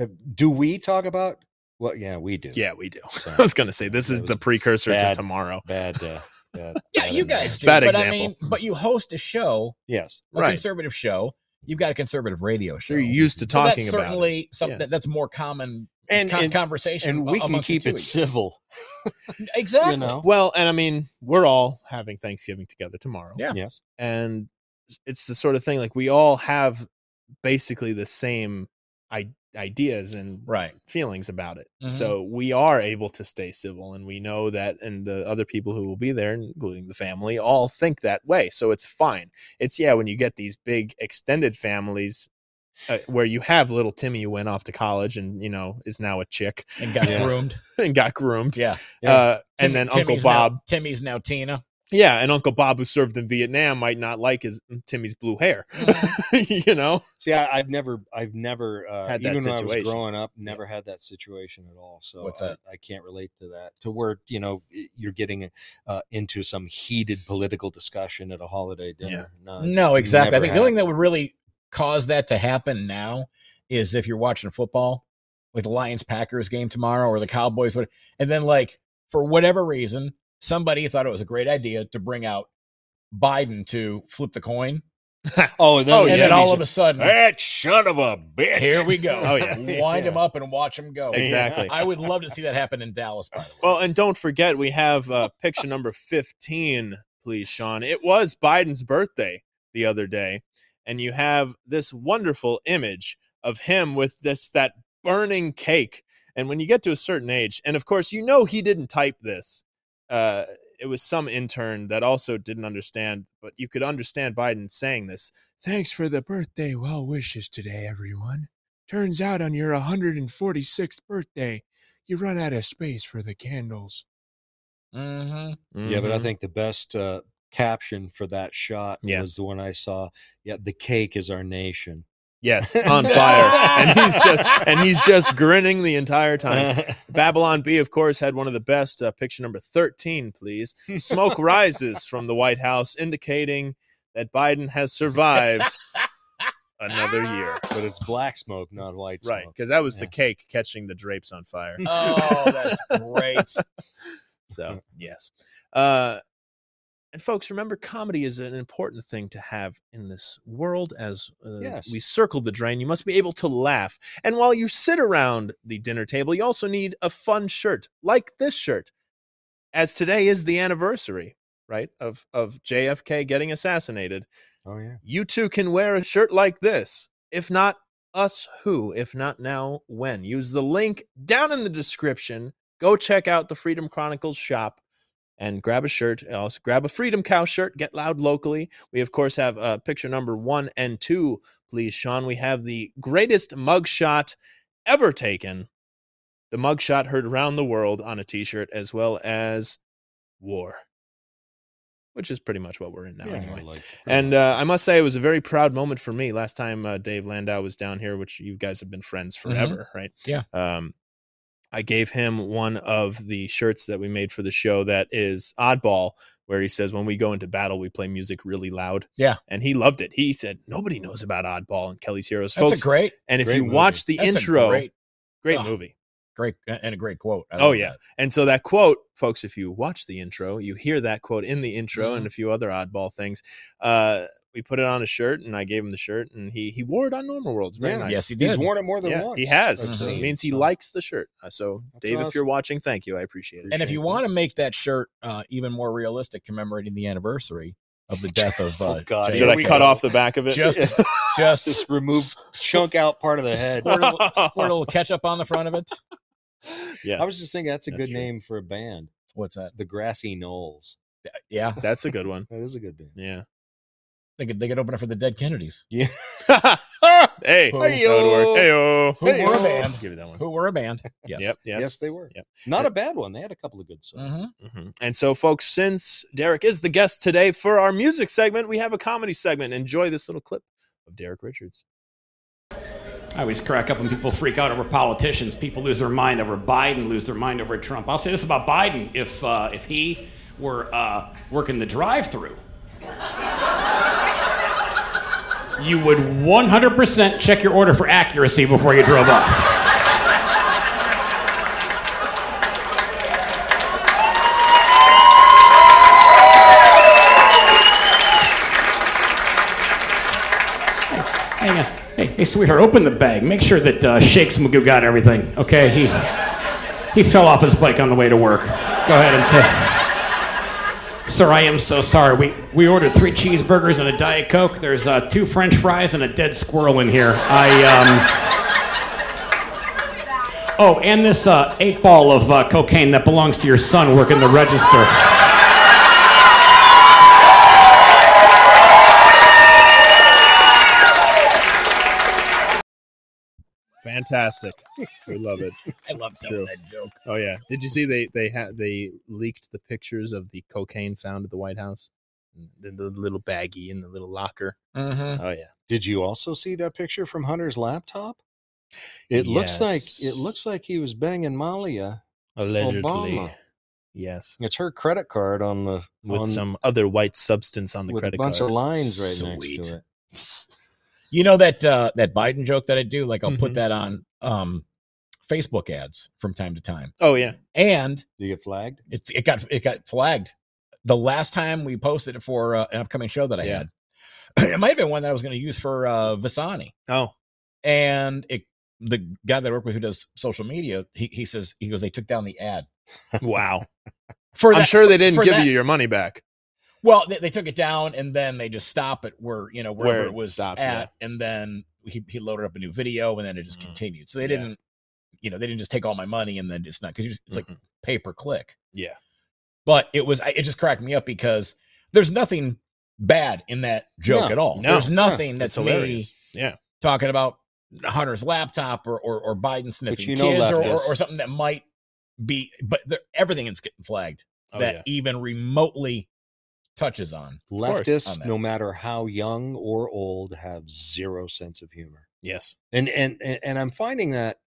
S8: uh, do we talk about? Well, yeah, we do.
S1: yeah, we do.
S8: So,
S1: I was going to say, this
S8: That
S1: is
S8: was
S1: the precursor to
S8: bad.
S1: tomorrow.
S8: bad. Uh, bad
S7: yeah,
S8: bad
S7: you
S8: analogy.
S7: guys do.
S1: Bad
S7: but I
S1: example.
S7: mean, but you host a show,
S8: Yes.
S7: a
S1: Right.
S7: conservative show. You've got a conservative radio show.
S1: They're used to
S7: So
S1: talking
S7: that's
S1: about it.
S7: certainly something
S1: Yeah.
S7: that- that's more common
S8: And
S7: con-
S8: and,
S7: conversation.
S8: and we can
S7: amongst the
S8: keep
S7: two
S8: it
S7: of you.
S8: civil.
S7: exactly.
S8: You know.
S1: Well, and I mean, we're all having Thanksgiving together tomorrow.
S7: Yeah.
S8: Yes.
S1: And it's the sort of thing like we all have basically the same I- ideas and
S7: Right.
S1: feelings about it.
S7: Mhm.
S1: So we are able to stay civil and we know that and the other people who will be there including the family all think that way. So it's fine. It's yeah, when you get these big extended families uh, where you have little Timmy who went off to college and you know is now a chick
S7: And got
S8: Yeah.
S7: groomed.
S1: and got groomed.
S7: Yeah.
S1: Uh, and
S7: Timmy-
S1: then
S7: Timmy's
S1: Uncle Bob
S7: Now, Timmy's now Tina.
S1: yeah, and Uncle Bob, who served in Vietnam, might not like his Timmy's blue hair.
S7: Mm-hmm.
S1: you know,
S8: See, I, I've never, I've never, uh,
S1: Had that
S8: even when I was
S1: situation.
S8: growing up, never had that situation at all. So
S7: What's
S8: I-
S7: that?
S8: I, can't relate to that. To where you know y- you're getting uh, into some heated political discussion at a holiday dinner. No, it's
S7: No, exactly. I
S8: never
S7: think the only thing that
S8: happened.
S7: would really cause that to happen now is if you're watching football, like the Lions Packers game tomorrow or the Cowboys, what- and then like for whatever reason, somebody thought it was a great idea to bring out Biden to flip the coin,
S8: Oh, then
S1: Oh,
S8: we
S7: and
S1: yeah.
S7: then
S8: have
S7: all
S8: these-
S7: of a sudden,
S5: son of a bitch.
S7: here we go.
S1: Oh, yeah.
S7: wind him up and watch him go.
S1: Exactly.
S7: I would love to see that happen in Dallas. By the way,
S1: well, and don't forget, we have uh, picture number fifteen, please, Sean. It was Biden's birthday the other day, and you have this wonderful image of him with this that burning cake. And when you get to a certain age, and of course, you know he didn't type this. Uh, it was some intern that also didn't understand, but you could understand Biden saying this. Thanks for the birthday well wishes today, everyone. Turns out on your 146th birthday, you run out of space for the candles.
S7: Mm-hmm.
S8: Yeah, but I think the best uh, caption for that shot
S1: Yeah.
S8: was the one I saw. Yeah, the cake is our nation.
S1: yes, on fire, and he's just and he's just grinning the entire time. Babylon B, of course, had one of the best. Uh, picture number thirteen, please. Smoke rises from the White House, indicating that Biden has survived another year.
S8: but it's black smoke, not white smoke.
S1: Right, because that was the
S8: Yeah.
S1: cake catching the drapes on fire.
S7: Oh, that's great.
S1: So yes, uh, and folks, remember comedy is an important thing to have in this world. As uh,
S8: Yes.
S1: we circle the drain, you must be able to laugh. And while you sit around the dinner table, you also need a fun shirt like this shirt, as today is the anniversary, right, of of JFK getting assassinated.
S8: Oh yeah.
S1: You too can wear a shirt like this. If not us, who? If not now, when? Use the link down in the description. Go check out the Freedom Chronicles shop and grab a shirt. Also, grab a Freedom Cow shirt. Get loud locally. We, of course, have uh, picture number one and two, please, Sean. We have the greatest mugshot ever taken. The mugshot heard around the world on a t shirt, as well as war, which is pretty much what we're in now,
S8: Yeah,
S1: anyway.
S8: I like-
S1: And uh, I must say, it was a very proud moment for me last time uh, Dave Landau was down here, which you guys have been friends forever, right?
S7: Mm-hmm. Yeah.
S1: Um, I gave him one of the shirts that we made for the show that is oddball, where he says, "When we go into battle, we play music really loud."
S7: Yeah.
S1: and he loved it. He said, "Nobody knows about oddball and Kelly's Heroes,
S7: That's
S1: folks."
S7: a great,
S1: and if
S8: great
S1: you
S8: movie.
S1: watch the
S7: that's a
S1: intro, great,
S7: great, Ugh.
S1: movie.
S7: great, and a great quote. I
S1: Oh,
S7: love
S1: yeah.
S7: that.
S1: And so that quote, folks, if you watch the intro, you hear that quote in the intro
S7: Mm-hmm.
S1: and a few other oddball things. Uh, we put it on a shirt, and I gave him the shirt, and he he wore it on Normal Worlds. Very
S8: Yeah.
S1: nice.
S7: Yes, he did.
S8: He's worn it more than
S1: Yeah,
S8: once.
S1: he has.
S8: I've
S7: Mhm.
S1: So
S8: seen,
S1: It means he
S8: so-
S1: likes the shirt. Uh, So,
S8: That's
S1: Dave, if you're
S8: awesome.
S1: watching, thank you. I appreciate it.
S7: And if you
S8: Appreciate
S7: want to make that shirt uh, even more realistic, commemorating the anniversary of the death of. Uh,
S8: Oh, God.
S7: JFK.
S1: Should
S8: Here
S1: I
S8: we
S1: cut
S8: go.
S1: off the back of it?
S7: Just, just
S8: Just remove chunk out part of the head.
S7: squirt a, little, squirt a little ketchup on the front of it.
S1: yes.
S8: I was just thinking that's a
S1: That's
S8: good
S1: true.
S8: name for a band,
S7: What's that?
S8: the Grassy Knolls.
S7: Yeah,
S1: That's a good one.
S8: That is a good band.
S1: Yeah.
S7: they could they could open it for the Dead Kennedys,
S1: hey, that would work. Hey-o.
S7: who were a
S8: oh,
S7: band,
S1: Give me that one.
S7: who were a band. Yes.
S1: Yep.
S8: Yes,
S1: Yes.
S8: they were.
S1: Yep.
S8: Not a bad one. They had a couple of good songs.
S7: hmm
S1: Mhm. And so, folks, since Derek is the guest today for our music segment, we have a comedy segment. Enjoy this little clip of Derek Richards.
S9: I always crack up when people freak out over politicians. People lose their mind over Biden, lose their mind over Trump. I'll say this about Biden: if uh, if he were uh, working the drive-through, you would 100% check your order for accuracy before you drove off. Hang on. Hey, hey, sweetheart, open the bag. Make sure that uh, Shakes Magoo got everything. Okay, he he fell off his bike on the way to work. Go ahead and take. Sir, I am so sorry. We we ordered three cheeseburgers and a diet coke. There's uh, two French fries and a dead squirrel in here. I um. Oh, and this uh, eight ball of uh, cocaine that belongs to your son working the register.
S1: Fantastic. We love it. I love telling that joke. Oh yeah. Did you see they they had they leaked the pictures of the cocaine found at the White House? Mm, The, the little baggie in the little locker.
S7: Mm-hmm.
S1: Oh yeah.
S8: Did you also see that picture from Hunter's laptop? It looks like
S1: Yes.
S8: it looks like he was banging Malia.
S1: Allegedly.
S8: Obama.
S1: Yes.
S8: It's her credit card on the
S1: With
S8: on-
S1: some other white substance on the
S8: with
S1: credit
S8: a bunch
S1: card.
S8: of lines right
S1: Sweet.
S8: next to it.
S7: You know that uh, that Biden joke that I do, like I'll
S8: Mm-hmm.
S1: Mhm.
S7: put that on um, Facebook ads from time to time,
S1: oh yeah.
S7: and
S8: Do you get flagged?
S7: it it got it got flagged the last time we posted it for uh, an upcoming show that I
S1: Yeah.
S7: had. it might have been one that I was going to use for uh, Visani,
S1: Oh.
S7: and it the guy that I work with who does social media, he he says he goes they took down the ad
S1: Wow.
S7: for
S1: I'm
S7: that-
S1: sure they didn't
S7: for
S1: give
S7: that-
S1: you your money back.
S7: Well, they, they took it down and then they just stop it where you know wherever
S1: Where
S7: it
S1: it
S7: was
S1: stopped, yeah.
S7: at, and then he, he loaded up a new video and then it just
S1: Mm.
S7: continued. So they
S1: Yeah.
S7: didn't, you know, they didn't just take all my money and then just not because it's like
S1: Mhm.
S7: pay per click.
S1: Yeah.
S7: But it was I- it just cracked me up because there's nothing bad in that joke
S8: No,
S7: at all.
S1: no,
S7: there's
S1: yeah,
S7: nothing
S1: That's
S7: that's me
S1: hilarious. Yeah.
S7: talking about Hunter's laptop or or, or Biden sniffing
S8: you know
S7: kids or, or,
S8: leftists.
S7: or something that might be, but they're- everything is getting flagged.
S1: Oh,
S7: that
S1: yeah.
S7: even remotely touches on.
S1: course,
S8: Leftists,
S7: I'm
S8: no matter how young or old, have zero sense of humor.
S1: Yes.
S8: and and and and i'm finding that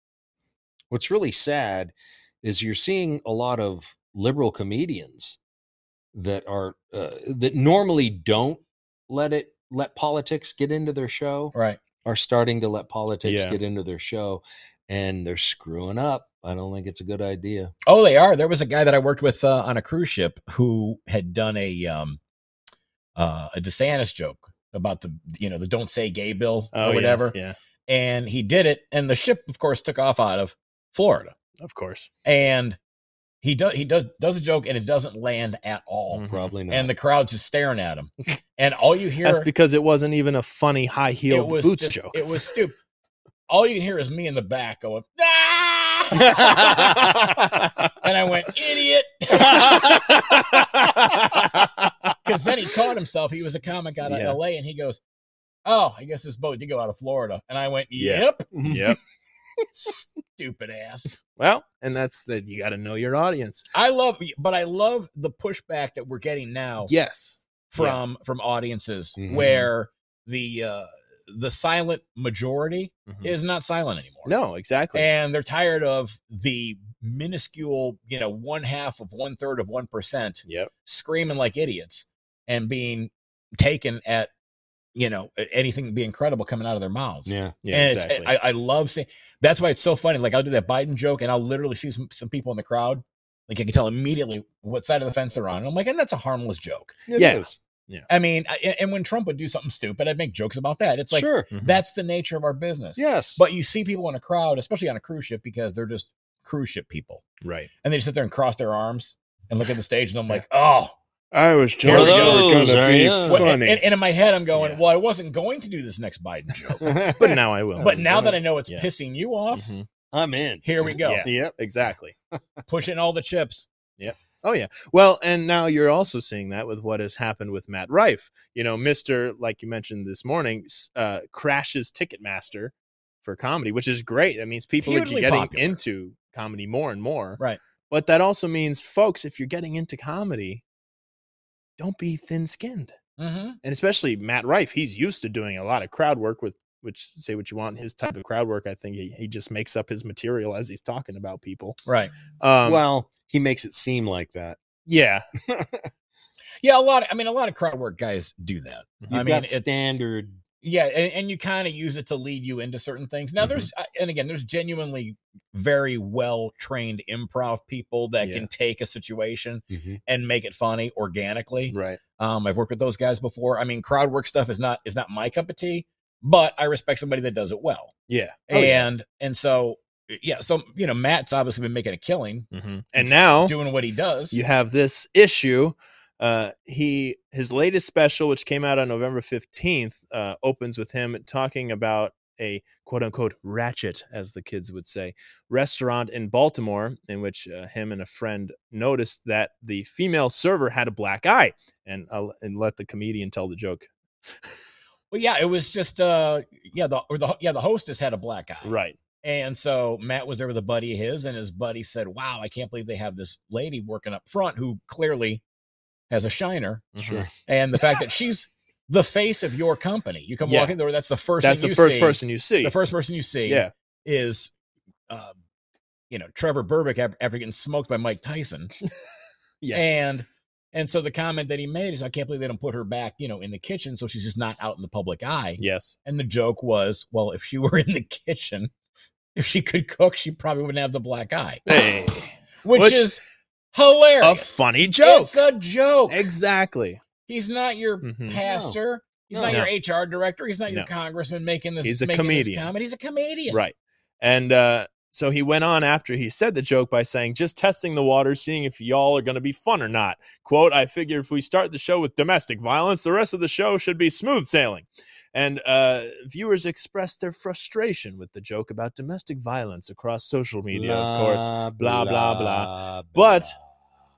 S8: what's really sad is you're seeing a lot of liberal comedians that are uh, that normally don't let it let politics get into their show
S7: Right.
S8: are starting to let politics
S1: Yeah.
S8: get into their show and they're screwing up i don't think it's a good idea
S7: Oh, they are. There was a guy that I worked with uh, on a cruise ship who had done a um uh a DeSantis joke about the you know the don't say gay bill
S1: Oh,
S7: or
S1: yeah,
S7: whatever.
S1: Yeah.
S7: And he did it and the ship of course took off out of Florida.
S1: Of course.
S7: And he does he does does a joke and it doesn't land at all.
S1: Mhm.
S8: probably not
S7: Mm-hmm. And the crowd's just staring at him. and all you hear
S1: That's because it wasn't even a funny high
S7: it
S1: heeled
S7: was
S1: boots
S7: just-
S1: joke.
S7: It was stupid. All you can hear is me in the back going, ah! and I went, idiot. Because then he caught himself. He was a comic out of
S1: Yeah.
S7: LA and he goes, Oh, I guess this boat did go out of Florida. And I went,
S1: Yeah.
S7: Yep.
S1: yep.
S7: Stupid ass.
S1: Well, and that's that you got to know your audience.
S7: I love but I love the pushback that we're getting now
S1: Yes.
S7: from from audiences
S1: Mm-hmm.
S8: Mhm.
S7: where the uh the silent majority
S1: Mhm.
S7: is not silent anymore.
S1: No, exactly.
S7: and they're tired of the minuscule, you know, one half of one third of one percent
S1: yep.
S7: screaming like idiots and being taken at, you know, a- anything being credible coming out of their mouths.
S8: yeah
S1: Yeah,
S7: and it's- eh,
S1: exactly.
S7: I, I love seeing. That's why it's so funny. Like I'll do that Biden joke, and I'll literally see some, some people in the crowd. Like I can tell immediately what side of the fence they're on. And I'm like, and that's a harmless joke.
S8: it
S1: Yeah.
S8: is.
S7: I mean, I, and- and when Trump would do something stupid, I'd make jokes about that. It's like
S8: sure
S1: Mhm.
S7: that's the nature of our business.
S8: yes
S7: But you see people in a crowd, especially on a cruise ship, because they're just cruise ship people.
S1: right.
S7: And they just sit there and cross their arms and look at the stage. And I'm like, oh.
S1: I was
S7: Here we go.
S8: Those are you.
S7: Well, and, and in my head, I'm going,
S1: Yeah.
S7: well, I wasn't going to do this next Biden joke.
S1: but now I will.
S7: but now that I know it's
S1: Yeah.
S7: pissing you off,
S1: Mhm.
S8: i'm in
S7: here we go.
S1: Yeah.
S8: yep
S1: Exactly.
S7: Pushing all the chips.
S1: Well, and now you're also seeing that with what has happened with Matt Rife. You know, Mister, like you mentioned this morning, s- uh, crashes Ticketmaster for comedy, which is great. That means people
S7: Hugely
S1: are getting
S7: popular.
S1: into comedy more and more.
S7: Right.
S1: But that also means, folks, if you're getting into comedy, don't be thin-skinned.
S7: Mm-hmm.
S1: and especially Matt Rife, he's used to doing a lot of crowd work with which say what you want his type of crowd work. I think he, he just makes up his material as he's talking about people.
S7: Right.
S1: Um,
S8: well he makes it seem like that
S1: yeah,
S7: Yeah. A lot. Of, I mean, a lot of crowd work guys do that.
S8: Mm-hmm. you've
S7: Mm-hmm. I mean,
S8: got
S7: it's-
S8: standard
S7: Yeah, and, and you kind of use it to lead you into certain things.
S1: Mm-hmm.
S7: Now, there's uh, and again, there's genuinely very well trained improv people that
S1: Yeah.
S7: can take a situation and make it funny organically.
S1: right.
S7: Um, I've worked with those guys before. I mean, crowd work stuff is not is not my cup of tea, but I respect somebody that does it well.
S1: Oh, Yeah,
S7: and and so yeah, so you know, Matt's obviously been making a killing
S1: hmm and now
S7: doing what he does.
S1: you have this issue. Uh, he his latest special, which came out on November fifteenth, uh, opens with him talking about a quote unquote ratchet, as the kids would say, restaurant in Baltimore, in which uh, him and a friend noticed that the female server had a black eye, and uh, and let the comedian tell the joke.
S7: Well, yeah, it was just uh yeah, the or the yeah, the hostess had a black eye.
S1: Right.
S7: And so Matt was there with a buddy of his, and his buddy said, Wow, I can't believe they have this lady working up front who clearly has a shiner.
S1: Sure.
S7: And the fact that she's the face of your company. You come
S1: Yeah.
S7: walking door, that's the first
S1: That's
S7: thing
S1: the
S7: you
S1: first
S7: see.
S1: person you see.
S7: The first person you see
S1: yeah.
S7: is uh, you know, Trevor Burbick af- after getting smoked by Mike Tyson.
S1: Yeah.
S7: And and so the comment that he made is I can't believe they don't put her back, you know, in the kitchen so she's just not out in the public eye.
S1: Yes.
S7: And the joke was, well, if she were in the kitchen, if she could cook, she probably wouldn't have the black eye,
S1: Hey,
S7: which,
S1: Which-
S7: is
S1: a
S7: hilarious.
S1: funny joke.
S7: It's a joke.
S1: Exactly.
S7: He's not your
S1: Mhm.
S7: pastor. He's
S1: No.
S7: not your HR director. He's not your
S1: No.
S7: congressman making this.
S1: He's a
S7: making this
S1: comedian.
S7: comedy. He's a comedian.
S1: Right. And uh, so he went on after he said the joke by saying, just testing the water, seeing if y'all are going to be fun or not. Quote, I figure if we start the show with domestic violence, the rest of the show should be smooth sailing. And uh, viewers expressed their frustration with the joke about domestic violence across social media, of course. blah, blah, blah. But-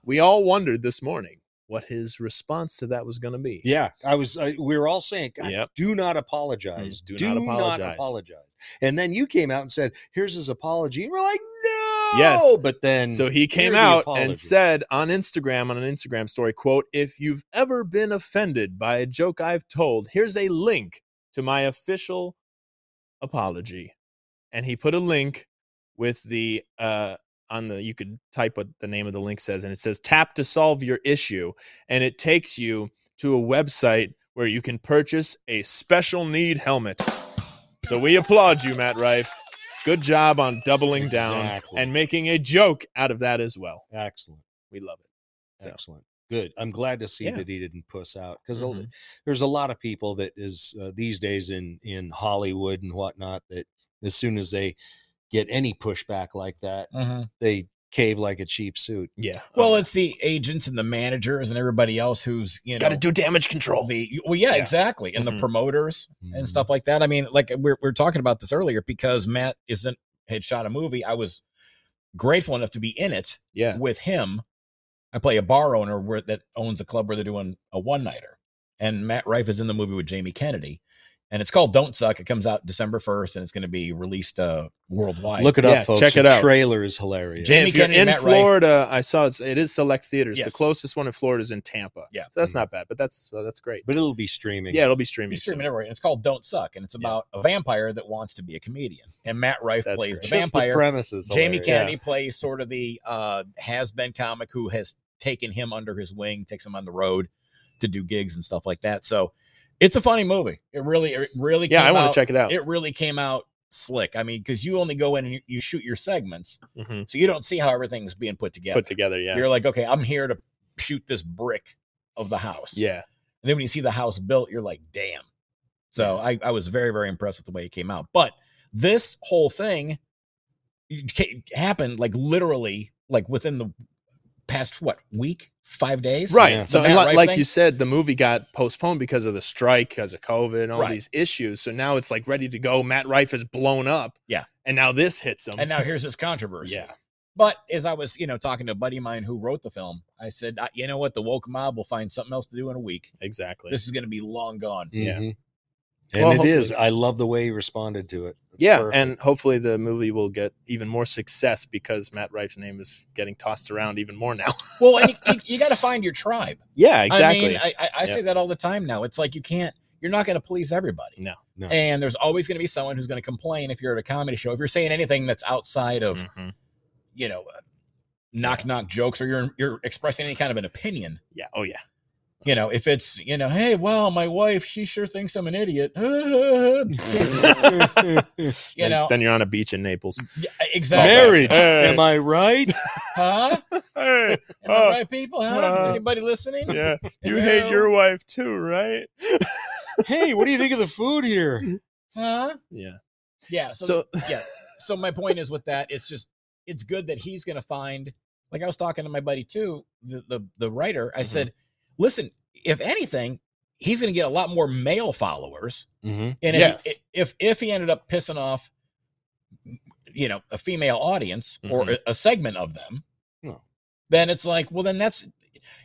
S1: We all wondered this morning what his response to that was going to be.
S8: yeah, I was. I, we were all saying, God,
S1: Yep.
S8: "Do not apologize.
S1: Mm, do not apologize."
S8: apologize." And then you came out and said, "Here's his apology," and we're like, "No." Yes, but then
S1: So he
S8: here
S1: came
S8: he
S1: out and
S8: apologized.
S1: said on Instagram, on an Instagram story, quote, if you've ever been offended by a joke I've told, here's a link to my official apology. And he put a link with the uh on the you could type what the name of the link says, and it says tap to solve your issue. And it takes you to a website where you can purchase a special need helmet. So we applaud you, Matt Rife. Good job on doubling down
S8: Exactly.
S1: and making a joke out of that as well.
S8: excellent,
S1: We love it. So.
S8: excellent, good. I'm glad to see
S1: Yeah.
S8: that he didn't puss out because
S1: Mhm.
S8: there's a lot of people that is uh, these days in in Hollywood and whatnot that as soon as they get any pushback like that, they cave like a cheap suit.
S1: Oh, Yeah.
S7: Mm-hmm. Well, it's the agents and the managers and everybody else who's you know
S1: got to do damage control.
S7: the well, yeah,
S1: Yeah.
S7: exactly, and
S1: Mhm.
S7: the promoters
S8: Mm.
S7: and stuff like that. I mean, like we're we're talking about this earlier because Matt isn't had shot a movie. I was grateful enough to be in it
S1: yeah.
S7: with him. I play a bar owner where that owns a club where they're doing a one nighter, and Matt Rife is in the movie with Jamie Kennedy, and it's called Don't Suck. It comes out December first, and it's going to be released uh, worldwide.
S8: Look it up,
S1: yeah,
S8: folks.
S1: check
S8: the
S1: it out.
S8: Trailer is hilarious.
S7: Jamie
S1: if you're
S7: Kennedy,
S1: in
S7: Matt Rife.
S1: Florida, I saw it's, it is select theaters. The
S7: Yes.
S1: closest one in Florida is in Tampa.
S7: Yeah. Mm-hmm.
S1: So that's not bad, but that's uh, that's great.
S8: but it'll be streaming.
S1: Yeah, it'll be
S7: He's
S1: streaming. soon.
S7: streaming everywhere, and it's called "Don't Suck," and it's about a vampire that wants to be a comedian. And Matt Rife
S1: That's
S7: plays
S1: great.
S7: the
S8: Just the
S7: vampire.
S8: premise is
S7: Jamie
S8: hilarious.
S7: Kennedy plays sort of the uh, has-been comic who has taken him under his wing, takes him on the road to do gigs and stuff like that. So it's a funny movie. It really, it really,
S1: Yeah, I
S7: came
S1: want
S7: out-
S1: to check it out.
S7: It really came out slick. I mean, because you only go in and you, you shoot your segments,
S1: Mhm.
S7: so you don't see how everything's being put together.
S1: Put together, yeah.
S7: You're like, okay, I'm here to shoot this brick of the house.
S1: yeah.
S7: And then when you see the house built, you're like, damn. So I, I was very, very impressed with the way it came out. But this whole thing you ca- happened like literally, like within the past what week, five days?
S1: Right.
S8: Yeah.
S1: So,
S7: The
S1: and
S7: Matt
S1: li-
S7: Rife
S1: like
S7: thing?
S1: you said, the movie got postponed because of the strike, because of COVID, and all
S7: Right.
S1: these issues. So now it's like ready to go. Matt Rife is blown up.
S7: Yeah.
S1: And now this hits him.
S7: And now here's this controversy.
S1: yeah.
S7: But as I was, you know, talking to a buddy of mine who wrote the film, I said, "I- you know what, the woke mob will find something else to do in a week.
S1: Exactly.
S7: This is going to be long gone.
S1: Yeah.
S8: Mhm. And
S1: Well,
S8: it is. I love the way he responded to it. It's
S1: yeah,
S8: perfect.
S1: and hopefully the movie will get even more success because Matt Rife's name is getting tossed around even more now.
S7: Well, and you, you, you got to find your tribe.
S1: Yeah,
S7: I mean, I, I, I
S1: Yeah.
S7: say that all the time now. It's like you can't, you're not going to please everybody.
S1: No.
S8: No.
S7: And there's always going to be someone who's going to complain if you're at a comedy show, if you're saying anything that's outside of,
S1: Mhm.
S7: you know, uh, knock knock jokes or you're you're expressing any kind of an opinion.
S1: Yeah. Oh yeah.
S7: You know, if it's, you know, hey, well, my wife, she sure thinks I'm an idiot. you
S1: Then-
S7: know, Mm.
S1: Then you're on a beach in Naples.
S7: yeah, exactly.
S1: Hey.
S8: Am I right?
S7: Huh?
S1: Hey.
S7: Am I
S1: Oh.
S7: right, people? Huh?
S1: Uh,
S7: Anybody listening?
S1: Yeah. You
S7: Hello?
S1: hate your wife too, right?
S8: hey, what do you think of the food here?
S7: Huh?
S1: Yeah.
S7: Yeah. So,
S1: So
S7: yeah. So my point is with that, it's just it's good that he's going to find. Like I was talking to my buddy too, the the, the writer. I
S1: Mhm.
S7: said, listen, if anything, he's going to get a lot more male followers.
S1: Mm-hmm.
S7: And if,
S1: Yes.
S7: if if he ended up pissing off, you know, a female audience or
S1: Mhm.
S7: a, a segment of them,
S8: No.
S7: then it's like, well, then that's.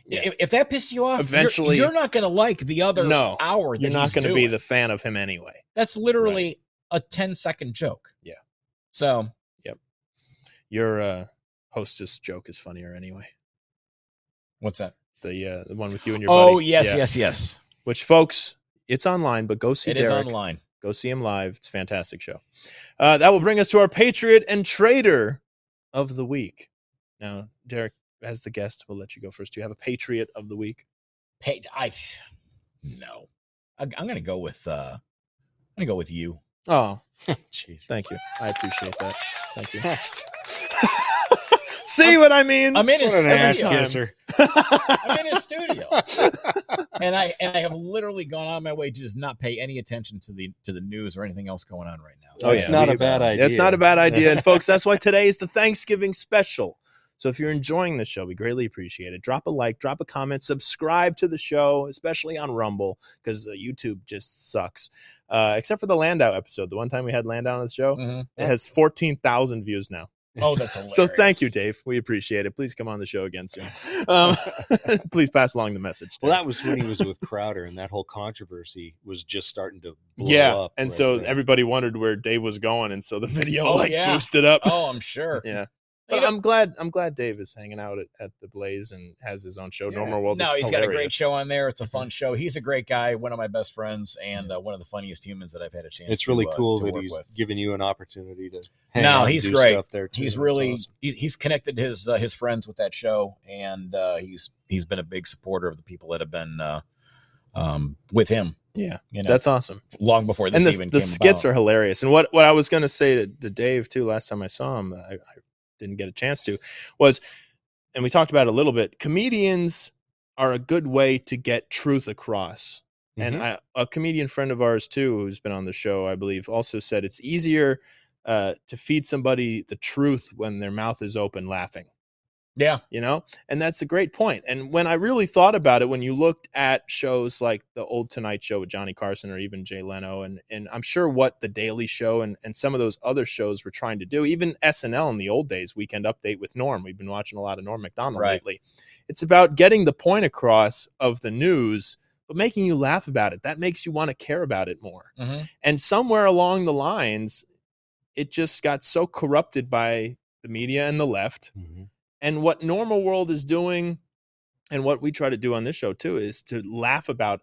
S1: Yeah.
S7: If, if that pisses you off, you're-
S1: Eventually-
S7: you're, not going to like the other
S1: No,
S7: hour. That
S1: you're not
S7: going to
S1: be the fan of him anyway.
S7: That's literally a 10 second joke.
S1: Yeah.
S7: So
S1: Your uh, hostess joke is funnier anyway.
S7: what's that?
S1: It's the uh, the one with you and your
S7: oh
S1: buddy.
S7: yes,
S1: Yeah.
S7: yes, yes.
S1: Which folks, it's online, but go see
S7: It is
S1: Derek.
S7: online.
S1: Go see him live. It's a fantastic show. Uh, that will bring us to our Patriot and Traitor of the week. Now, Derek, as the guest, we'll let you go first. Do you have a Patriot of the week?
S7: Pay, I no. I, I'm gonna go with uh, I'm gonna go with you.
S1: Oh,
S8: Jeez.
S1: thank you. I appreciate that. Thank you.
S8: That's
S1: see what I mean?
S7: I'm in his
S8: what an ass
S7: studio.
S8: kisser.
S7: I'm in his studio, and I and I have literally gone out of my way to just not pay any attention to the to the news or anything else going on right now.
S1: Oh,
S8: It's
S1: yeah.
S8: not
S1: We-
S8: a bad idea.
S1: That's not a bad idea. And folks, that's why today is the Thanksgiving special. So if you're enjoying this show, we greatly appreciate it. Drop a like, drop a comment, subscribe to the show, especially on Rumble, because YouTube just sucks. Uh, except for the Landau episode, the one time we had Landau on the show,
S7: Mhm.
S1: it has 14,000 views now.
S7: Oh, that's hilarious.
S1: So thank you, Dave. We appreciate it. Please come on the show again soon. Um, please pass along the message.
S8: Well,
S1: Dave.
S8: that was when he was with Crowder, and that whole controversy was just starting to blow
S1: yeah.
S8: up.
S1: and
S8: right
S1: so
S8: there.
S1: everybody wondered where Dave was going, and so the video
S7: Oh,
S1: like
S7: yeah.
S1: boosted up.
S7: Oh, I'm sure.
S1: Yeah.
S7: I
S1: But I'm glad. I'm glad Dave is hanging out at, at the Blaze and has his own show. No more world.
S7: No,
S1: It's
S7: he's got a great
S1: hilarious. Mm-hmm.
S7: show on there. It's a fun show. He's a great guy, one of my best friends, and uh, one of the funniest humans that I've had a chance.
S8: It's really
S7: to, uh,
S8: cool
S7: to
S8: that
S7: work
S8: he's
S7: with.
S8: given you an opportunity to. Hang
S7: no,
S8: out and
S7: he's
S8: do
S7: great.
S8: Stuff there too.
S7: he's
S8: That's
S7: really
S8: awesome.
S7: he, he's connected his uh, his friends with that show, and uh, he's he's been a big supporter of the people that have been uh, um, with him.
S1: Yeah,
S7: You know,
S1: that's awesome.
S7: long before this
S1: and the,
S7: even
S1: the
S7: came
S1: skits
S7: about.
S1: are hilarious. And what what I was going to say to, to Dave too last time I saw him, I, I didn't get a chance to, was, and we talked about it a little bit. Comedians are a good way to get truth across.
S7: Mm-hmm.
S1: And I, a comedian friend of ours too, who's been on the show, I believe, also said it's easier uh, to feed somebody the truth when their mouth is open, laughing
S7: yeah.
S1: you know and that's a great point and when i really thought about it when you looked at shows like the old tonight show with johnny carson or even jay leno and and i'm sure what the daily show and and some of those other shows were trying to do even snl in the old days weekend update with norm we've been watching a lot of norm mcdonald
S7: Right.
S1: lately it's about getting the point across of the news but making you laugh about it that makes you want to care about it more
S7: Mhm.
S1: and somewhere along the lines it just got so corrupted by the media and the left
S8: Mhm.
S1: and what normal world is doing and what we try to do on this show too is to laugh about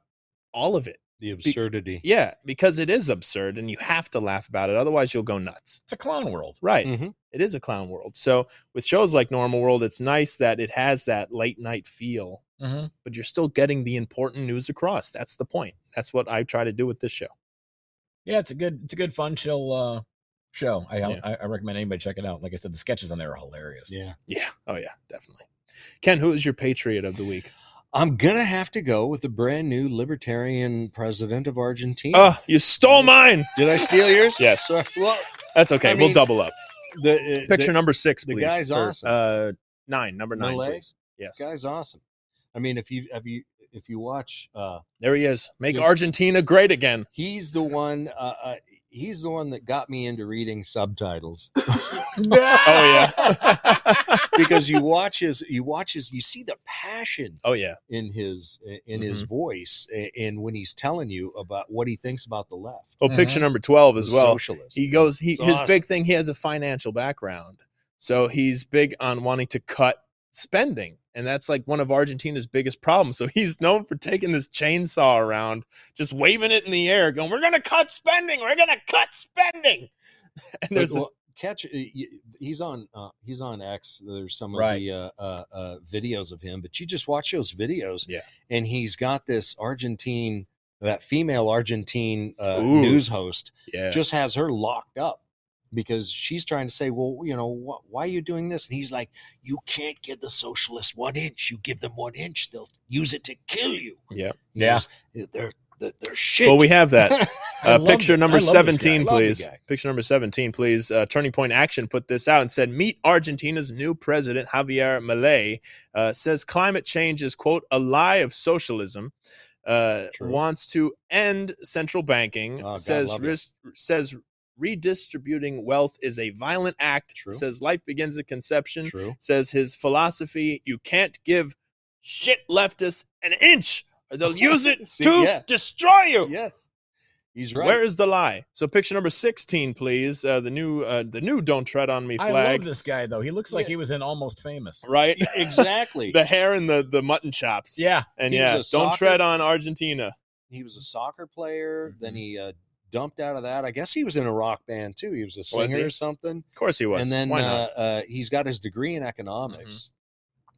S1: all of it
S8: the absurdity.
S1: yeah because it is absurd and you have to laugh about it otherwise you'll go nuts
S7: It's a clown world.
S1: right
S8: Mhm.
S1: It is a clown world so with shows like normal world it's nice that it has that late night feel
S7: Mm-hmm.
S1: but you're still getting the important news across that's the point that's what i try to do with this show
S7: Yeah, it's a good it's a good fun chill uh, show. I,
S1: Yeah.
S7: I I recommend anybody check it out. Like I said, the sketches on there are hilarious.
S8: Yeah.
S1: yeah oh yeah definitely ken who is your patriot of the week
S8: I'm gonna have to go with the brand new libertarian president of Argentina.
S1: oh you stole mine
S8: Uh, Did I steal yours?
S1: Yes.
S8: Sorry. Well,
S1: that's okay
S8: I
S1: we'll
S8: mean,
S1: double up
S8: the uh,
S1: picture
S8: the
S1: number six
S8: the
S1: please
S8: guy's
S1: Or,
S8: awesome.
S1: uh nine number nine
S8: Malay?
S1: please yes
S8: guy's awesome. I mean, if you if you if you watch, uh,
S1: There he is. Make
S8: Yes.
S1: Argentina great again.
S8: he's the one. Uh, uh, he's the one that got me into reading subtitles
S1: Oh yeah.
S8: because you watch his you watch his you see the passion
S1: oh Mm-hmm. yeah.
S8: in his in his voice a- and when he's telling you about what he thinks about the left
S1: Well, Oh, picture number twelve as
S8: the
S1: well.
S8: socialist
S1: He goes. He
S8: It's
S1: his
S8: awesome.
S1: big thing. He has a financial background, so he's big on wanting to cut spending, and that's like one of Argentina's biggest problems. So he's known for taking this chainsaw around, just waving it in the air, going, "We're gonna cut spending. We're gonna cut spending." And
S8: But,
S1: there's a-
S8: well, catch uh, y- he's on uh, he's on x there's some of
S7: Right.
S8: the uh, uh, uh, videos of him but you just watch those videos
S1: Yeah.
S8: and he's got this argentine that female argentine uh,
S1: Ooh.
S8: news host
S1: yeah.
S8: just has her locked up because she's trying to say, well, you know, wh- why are you doing this? And he's like, you can't give the socialists one inch. You give them one inch, they'll use it to kill you.
S1: Yeah.
S8: He
S7: Yeah.
S8: goes, they're they're, they're shit.
S1: well, we have that.
S7: I
S1: Uh,
S7: love
S1: picture
S7: th- I
S1: number
S7: love this guy.
S1: 17,
S8: I love the
S1: please.
S8: guy.
S1: Picture number 17, please. Uh, Turning Point Action put this out and said, Meet Argentina's new president, Javier Milei, uh, says climate change is, quote, a lie of socialism. Uh,
S8: True.
S1: wants to end central banking.
S8: Oh, God
S1: says
S8: love you.
S1: ris- says redistributing wealth is a violent act.
S8: True.
S1: Says life begins at conception.
S8: True.
S1: Says his philosophy: you can't give shit leftists an inch, or they'll use it
S8: See,
S1: to
S8: yeah.
S1: destroy you.
S8: Yes. He's right.
S1: Where is the lie? So picture number sixteen, please. Uh, the new, uh, the new "Don't Tread on Me"
S7: I love
S1: flag,
S7: this guy though. He looks like
S8: Yeah.
S7: he was in Almost Famous.
S1: right?
S8: E, exactly.
S1: the hair and the the mutton chops,
S7: Yeah,
S1: and
S8: he was
S1: yeah,
S8: a
S1: don't
S8: soccer-
S1: tread on Argentina.
S8: he was a soccer player. Then he uh, dumped out of that. I guess he was in a rock band too. He was a singer
S1: Was he?
S8: or something.
S1: Of course he was.
S8: and then
S1: Why not? Mm-hmm.
S8: uh, uh, he's got his degree in economics,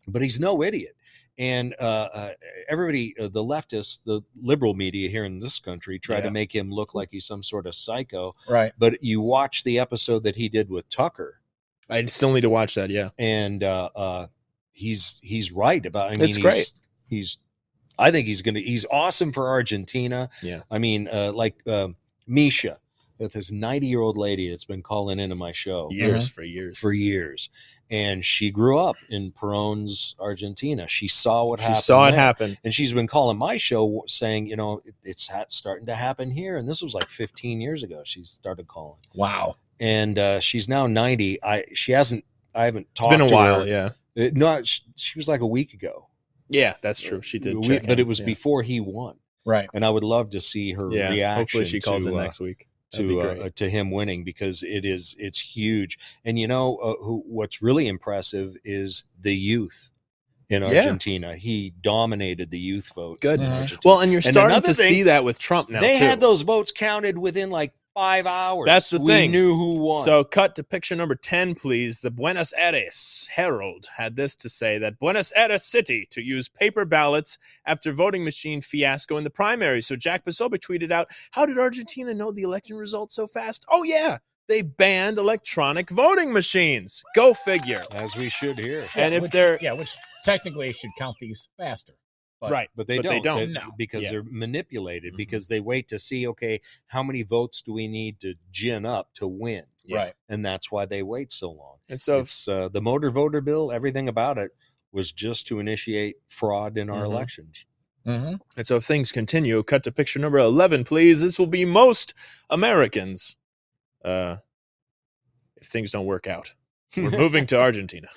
S8: but he's no idiot. And uh, uh, everybody, uh, the leftists, the liberal media here in this country, try
S1: Yeah.
S8: to make him look like he's some sort of psycho.
S7: right.
S8: But you watch the episode that he did with Tucker,
S1: I still need to watch that. Yeah,
S8: and uh, uh, he's he's right about. I mean,
S1: It's
S8: he's,
S1: great.
S8: He's, I think he's gonna. He's awesome for Argentina.
S1: Yeah.
S8: I mean, uh, like um Misha, with this ninety-year-old lady that's been calling into my show
S1: years for years.
S8: for years. And she grew up in Perón's Argentina. She saw what
S1: She
S8: happened.
S1: saw it
S8: there.
S1: happen.
S8: And she's been calling my show saying, you know, it, it's ha- starting to happen here. And this was like 15 years ago. She started calling.
S7: Wow.
S8: And uh, she's now 90. I she hasn't I haven't
S1: It's
S8: talked
S1: been a
S8: to
S1: while.
S8: her.
S1: Yeah,
S8: Uh, No, she, she was like a week ago.
S1: yeah, that's true. She did,
S8: We-
S1: check
S8: but
S1: in,
S8: it was
S1: yeah.
S8: before he won.
S7: Right.
S8: And I would love to see her
S1: Yeah,
S8: reaction.
S1: hopefully she calls
S8: to,
S1: in
S8: uh,
S1: next week.
S7: That'd be
S8: to
S7: great.
S8: uh, to him winning because it is it's huge. And you know uh, who, what's really impressive is the youth in
S1: Yeah.
S8: Argentina. He dominated the youth vote.
S1: Good.
S8: in
S7: Mhm.
S8: Argentina.
S10: Well, and you're
S8: And
S10: starting
S8: another
S10: to
S8: thing-
S10: see that with Trump now.
S8: they
S10: too.
S8: had those votes counted within like five hours.
S10: That's the
S8: We
S10: thing.
S8: Knew who won.
S1: So, cut to picture number 10, please. The Buenos Aires Herald had this to say that Buenos Aires City to use paper ballots after voting machine fiasco in the primary. So, Jack Posobiec tweeted out, How did Argentina know the election results so fast? Oh, yeah, they banned electronic voting machines. Go figure.
S8: as we should hear.
S1: And if
S7: which,
S1: they're.
S7: yeah, which technically should count these faster. but-
S1: Right.
S8: But they
S1: But
S8: don't,
S1: they don't.
S7: No.
S8: because
S1: Yeah.
S8: they're manipulated
S1: Mhm.
S8: because they wait to see okay how many votes do we need to gin up to win
S1: Yeah.
S7: Right.
S8: and that's why they wait so long.
S1: And so,
S8: it's uh, the motor voter bill. Everything about it was just to initiate fraud in our
S1: Mhm.
S8: elections.
S7: Mm-hmm.
S1: and so, if things continue, cut to picture number 11, please. This will be most Americans uh, if things don't work out. We're moving to Argentina.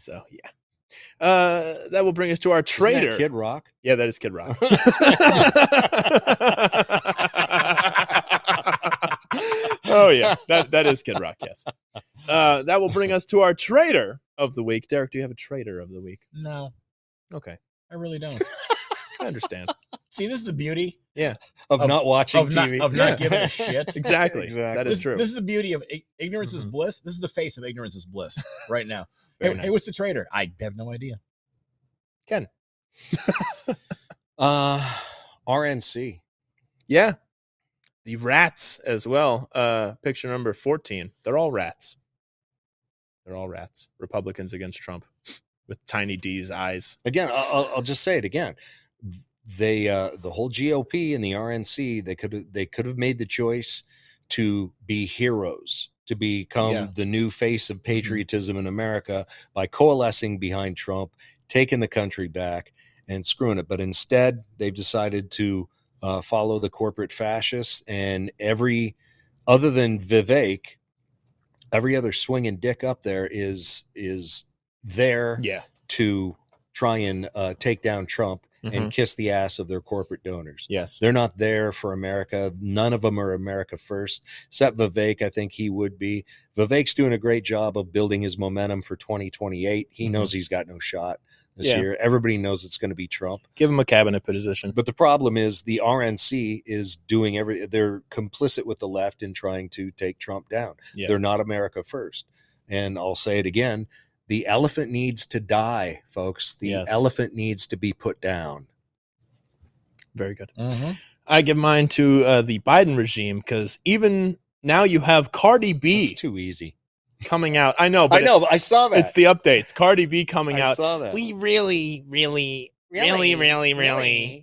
S1: so yeah, uh, that will bring us to our
S8: Isn't that
S1: traitor.
S8: Kid Rock.
S1: yeah, that is Kid Rock. oh yeah, that that is Kid Rock. Yes, uh, that will bring us to our traitor of the week. Derek, do you have a traitor of the week?
S7: No,
S1: Okay,
S7: I really don't.
S1: I understand.
S7: See, this is the beauty
S8: Of,
S7: Of-
S8: not watching
S7: of not,
S8: TV.
S7: of not giving a shit.
S1: Exactly, that is
S7: This,
S1: true.
S7: this is the beauty of i- ignorance is
S1: Mhm.
S7: bliss. This is the face of ignorance is bliss right now. hey,
S1: Very
S7: hey,
S1: nice.
S7: what's the traitor? I have no idea.
S8: Uh, RNC.
S1: Yeah. The rats as well. Uh picture number 14. They're all rats. They're all rats. Republicans against Trump with tiny D's eyes.
S8: Again, I- I'll, I'll just say it again. They uh, the whole GOP and the RNC. They could they could have made the choice to be heroes, to become
S1: Yeah.
S8: the new face of patriotism in America by coalescing behind Trump, taking the country back, and screwing it. But instead, they've decided to uh, follow the corporate fascists and every other than Vivek, every other swinging dick up there is is there
S1: Yeah.
S8: to try and uh, take down Trump
S1: Mhm.
S8: and kiss the ass of their corporate donors.
S1: Yes.
S8: They're not there for America. None of them are America first, except Vivek. I think he would be. Vivek's doing a great job of building his momentum for 2028. He
S1: Mhm.
S8: knows he's got no shot this
S1: Yeah.
S8: year. Everybody knows it's going to be Trump.
S1: Give him a cabinet position.
S8: But the problem is the RNC is doing every they're complicit with the left in trying to take Trump down.
S1: Yeah.
S8: They're not America first. And I'll say it again, the elephant needs to die, folks. The
S1: Yes.
S8: elephant needs to be put down.
S1: Very good. I give mine to uh, the Biden regime cuz even now you have Cardi
S8: It's
S1: B
S8: too easy.
S1: coming out. I know, but
S8: I know, but I saw that.
S1: it's the updates. Cardi B coming
S8: I
S1: out.
S8: saw that.
S1: We really really really Oh, really really really,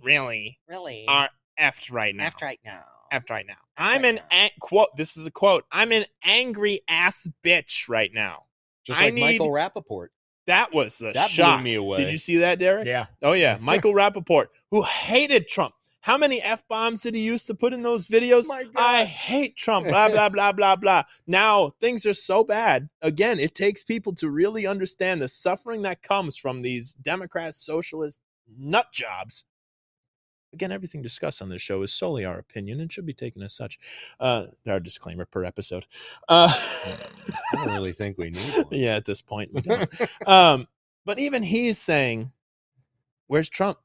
S6: really
S1: are effed right now.
S6: right now.
S1: After right now. I'm
S6: right
S1: an an quote. This is a quote. I'm an angry ass bitch right now.
S8: Just
S1: I
S8: like Michael
S1: need-
S8: Rappaport.
S1: That was the
S8: That
S1: shock.
S8: blew me away.
S1: Did you see that, Derek?
S7: Yeah.
S1: Oh yeah, Michael Rappaport, who hated Trump. How many f bombs did he use to put in those videos?
S8: My God.
S1: I hate Trump. Blah blah blah blah blah. Now things are so bad. Again, it takes people to really understand the suffering that comes from these Democrat socialist nut jobs. Again, everything discussed on this show is solely our opinion and should be taken as such. Uh, our disclaimer per episode. Uh,
S8: I don't really think we need one.
S1: yeah, at this point, we don't. um, but even he's saying, "Where's Trump?"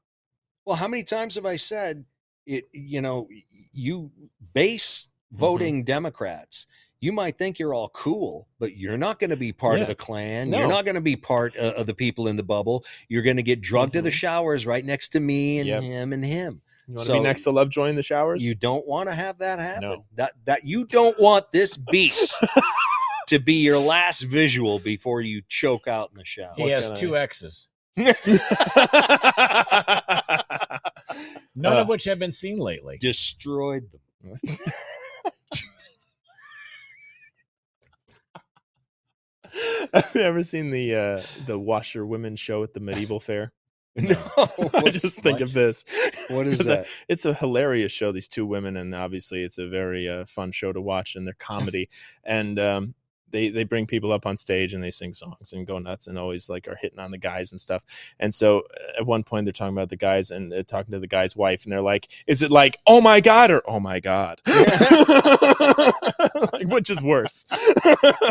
S8: Well, how many times have I said it? You know, y- you base
S1: Mm-hmm.
S8: voting Democrats. You might think you're all cool, but you're not going to be part
S1: Yeah.
S8: of the Klan.
S1: No.
S8: You're not going to be part uh, of the people in the bubble. You're going to get drugged to the showers right next to me and
S1: Mm-hmm. Yep.
S8: him and him.
S1: You want to be
S8: So-
S1: next to Lovejoy in the showers?
S8: You don't want to have that happen.
S1: No.
S8: That that you don't want this beast to be your last visual before you choke out in the shower.
S7: He has two X's, none
S1: Uh,
S7: of which have been seen lately.
S8: Destroyed them.
S1: Have you ever seen the uh, the washer women show at the medieval fair?
S8: No,
S1: I just think
S7: what?
S1: of this.
S8: what is
S1: 'Cause I-
S8: that?
S1: it's a hilarious show these two women and obviously it's a very uh, fun show to watch and their comedy and um they they bring people up on stage and they sing songs and go nuts and always like are hitting on the guys and stuff. And so uh, at one point they're talking about the guys and they're talking to the guy's wife and they're like, "Is it like oh my god or oh my god?" like, which is worse?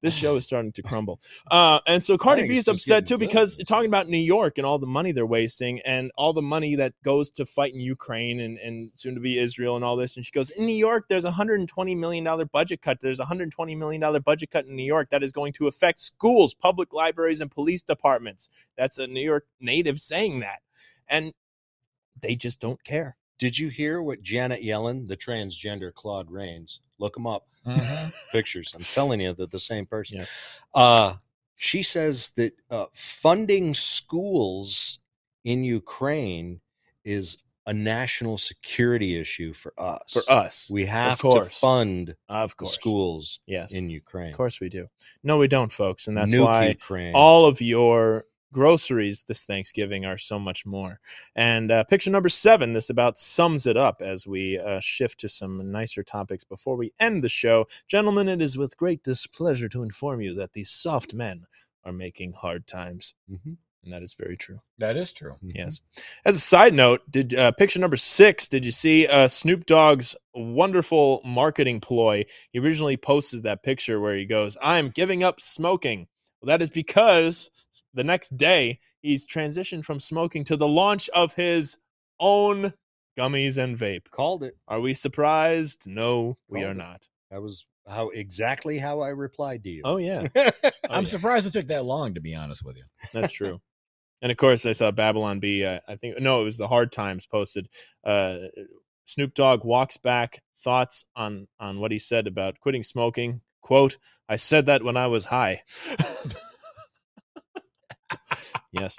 S1: this show is starting to crumble. Uh, and so Cardi
S8: think
S1: B
S8: it's
S1: is
S8: just
S1: upset too
S8: getting good.
S1: because talking about New York and all the money they're wasting and all the money that goes to fighting Ukraine and, and soon to be Israel and all this. And she goes, In New York, there's a $120 million budget cut. There's a $120 million budget cut in New York that is going to affect schools, public libraries, and police departments. That's a New York native saying that. And they just don't care.
S8: Did you hear what Janet Yellen, the transgender Claude Rains, look him up,
S1: Mm-hmm.
S8: pictures. I'm telling you, they're the same person.
S1: Yeah.
S8: Uh, she says that uh, funding schools in Ukraine is a national security issue for us.
S1: For us.
S8: we have to
S1: course.
S8: fund
S1: Of
S8: the
S1: course.
S8: schools
S1: Yes.
S8: in Ukraine.
S1: Of course we do. No, we don't, folks. And that's
S8: Nuke
S1: why
S8: Ukraine.
S1: all of your groceries this Thanksgiving are so much more. And uh, picture number seven, this about sums it up as we uh, shift to some nicer topics before we end the show. Gentlemen, it is with great displeasure to inform you that these soft men are making hard times.
S8: Mhm.
S1: And that is very true.
S7: That is true.
S1: Yes. As a side note, did uh, picture number six? Did you see uh, Snoop Dogg's wonderful marketing ploy? He originally posted that picture where he goes, "I'm giving up smoking." Well, that is because the next day he's transitioned from smoking to the launch of his own gummies and vape.
S8: Called it.
S1: Are we surprised? No, we
S8: Called
S1: are
S8: it.
S1: not.
S8: That was how exactly how I replied to you.
S1: Oh yeah, yeah.
S7: I'm surprised it took that long, to be honest with you.
S1: That's true. and of course, I saw Babylon B. Uh, I think no, it was the Hard Times posted. Uh, Snoop Dogg walks back thoughts on on what he said about quitting smoking. "Quote: I said that when I was high." yes.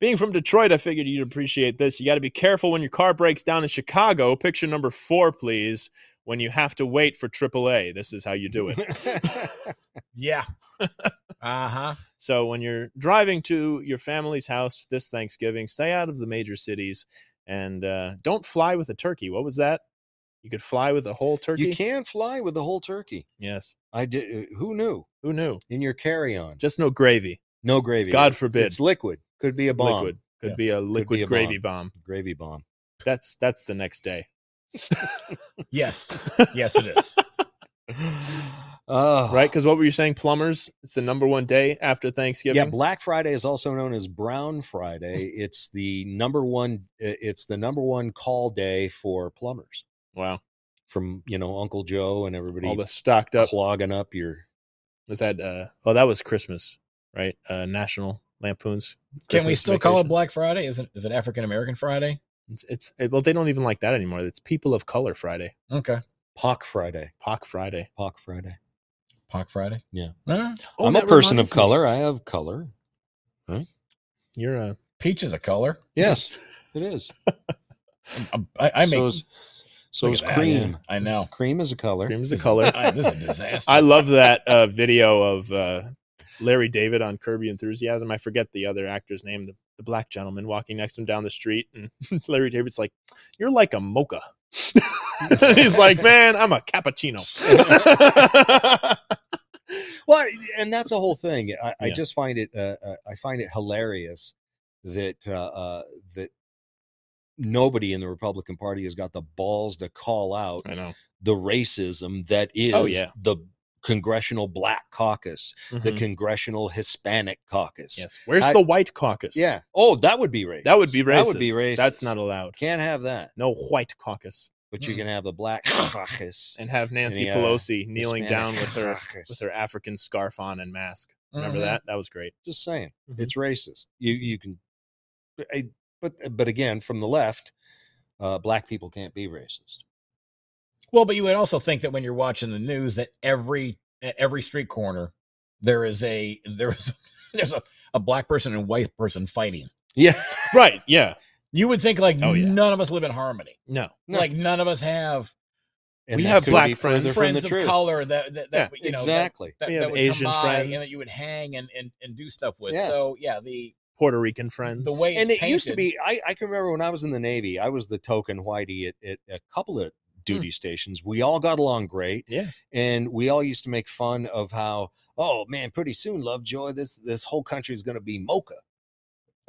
S1: Being from Detroit, I figured you'd appreciate this. You got to be careful when your car breaks down in Chicago. Picture number four, please. When you have to wait for AAA, this is how you do it.
S7: Yeah. uh huh.
S1: So when you're driving to your family's house this Thanksgiving, stay out of the major cities and uh, don't fly with a turkey. What was that? You could fly with a whole turkey.
S8: you can fly with the whole turkey.
S1: Yes.
S8: I did. uh, Who knew?
S1: Who knew?
S8: In your carry-on,
S1: Just no gravy.
S8: no gravy.
S1: God forbid.
S8: It's liquid. Could be a bomb.
S1: Liquid could
S7: Yeah.
S1: be a liquid
S8: be a
S1: gravy bomb.
S8: Gravy bomb.
S1: That's that's the next day.
S7: Yes. Yes, it is.
S8: Oh,
S1: Right? Because what were you saying? Plumbers. It's the number one day after Thanksgiving.
S8: Yeah, Black Friday is also known as Brown Friday. It's the number one. uh, It's the number one call day for plumbers
S1: wow.
S8: from you know Uncle Joe and everybody
S1: All the stocked up.
S8: clogging up your.
S1: Was that? uh Oh, that was Christmas, right? Uh National Lampoons.
S7: Can we
S1: Christmas
S7: still call it
S1: Vacation.
S7: Black Friday? Isn't is it African American Friday?
S1: It's, it's it, well, they don't even like that anymore. It's People of Color Friday,
S7: Okay.
S8: Pock Friday.
S1: Pock Friday.
S8: Pock Friday.
S7: Pock Friday.
S8: Yeah.
S7: Uh,
S1: Oh,
S8: I'm a
S1: that
S8: person of
S1: reminds me.
S8: color. I have color.
S1: You're uh, a
S7: peach is a color.
S8: Yes, it is.
S7: Um, I, I make
S8: so is, so
S7: Look
S8: is
S7: at that.
S8: cream.
S7: I know.
S8: Cream is a color.
S1: cream's a color.
S7: I- this is a disaster.
S1: I love that uh, video of uh, Larry David on Kirby Enthusiasm. I forget the other actor's name. The, the black gentleman walking next to him down the street, and Larry David's like, "You're like a mocha." He's like, "Man, I'm a cappuccino."
S8: well and that's a whole thing i, I
S1: Yeah.
S8: just find it uh, uh, i find it hilarious that uh, uh that nobody in the republican party has got the balls to call out
S1: I know.
S8: the racism that is
S1: Oh, yeah.
S8: the congressional black caucus the
S1: Mhm.
S8: congressional hispanic caucus
S1: yes. Where's
S8: I-
S1: the white caucus?
S8: yeah oh that would be racist
S1: that would be racist.
S8: that would be racist
S1: That's not allowed.
S8: can't have that
S1: No white caucus,
S8: but you can have the black caucus
S1: and have Nancy
S8: Any, uh,
S1: Pelosi kneeling down
S8: Hispanic
S1: with her
S8: caucus.
S1: with her African scarf on and mask. Remember
S7: Mhm.
S8: Mm-hmm.
S1: that? That was great.
S8: just saying
S7: Mm-hmm.
S1: Mhm.
S8: it's racist you you can I- but eh, but again from the left uh black people can't be racist
S7: Well, but you would also think that when you're watching the news, that every at every street corner there is a there is there's a, a black person and white person fighting.
S8: yeah
S1: Right. Yeah.
S7: You would think like
S1: Oh, yeah.
S7: none of us live in harmony.
S1: No.
S8: No.
S7: Like none of us have
S8: and
S1: We
S8: that
S1: have
S8: couldn't
S1: black
S8: be further
S1: friends.
S8: from the
S7: friends of
S8: truth.
S7: color that that, that
S1: Yeah,
S7: you know that-
S8: exactly
S7: that,
S1: We
S7: that
S1: have
S7: would
S1: Asian
S7: come by and
S1: friends.
S7: that you would hang and, and, and do stuff with.
S8: Yes.
S7: So yeah, the
S1: Puerto Rican friends.
S7: the way it's
S8: and it used to
S7: painted-
S8: be I, I can remember when i was in the navy i was the token whitey at, at a couple of duty stations. We all got along great.
S7: Hmm. Yeah.
S8: And we all used to make fun of how, oh man, pretty soon, Lovejoy, this this whole country is going to be mocha.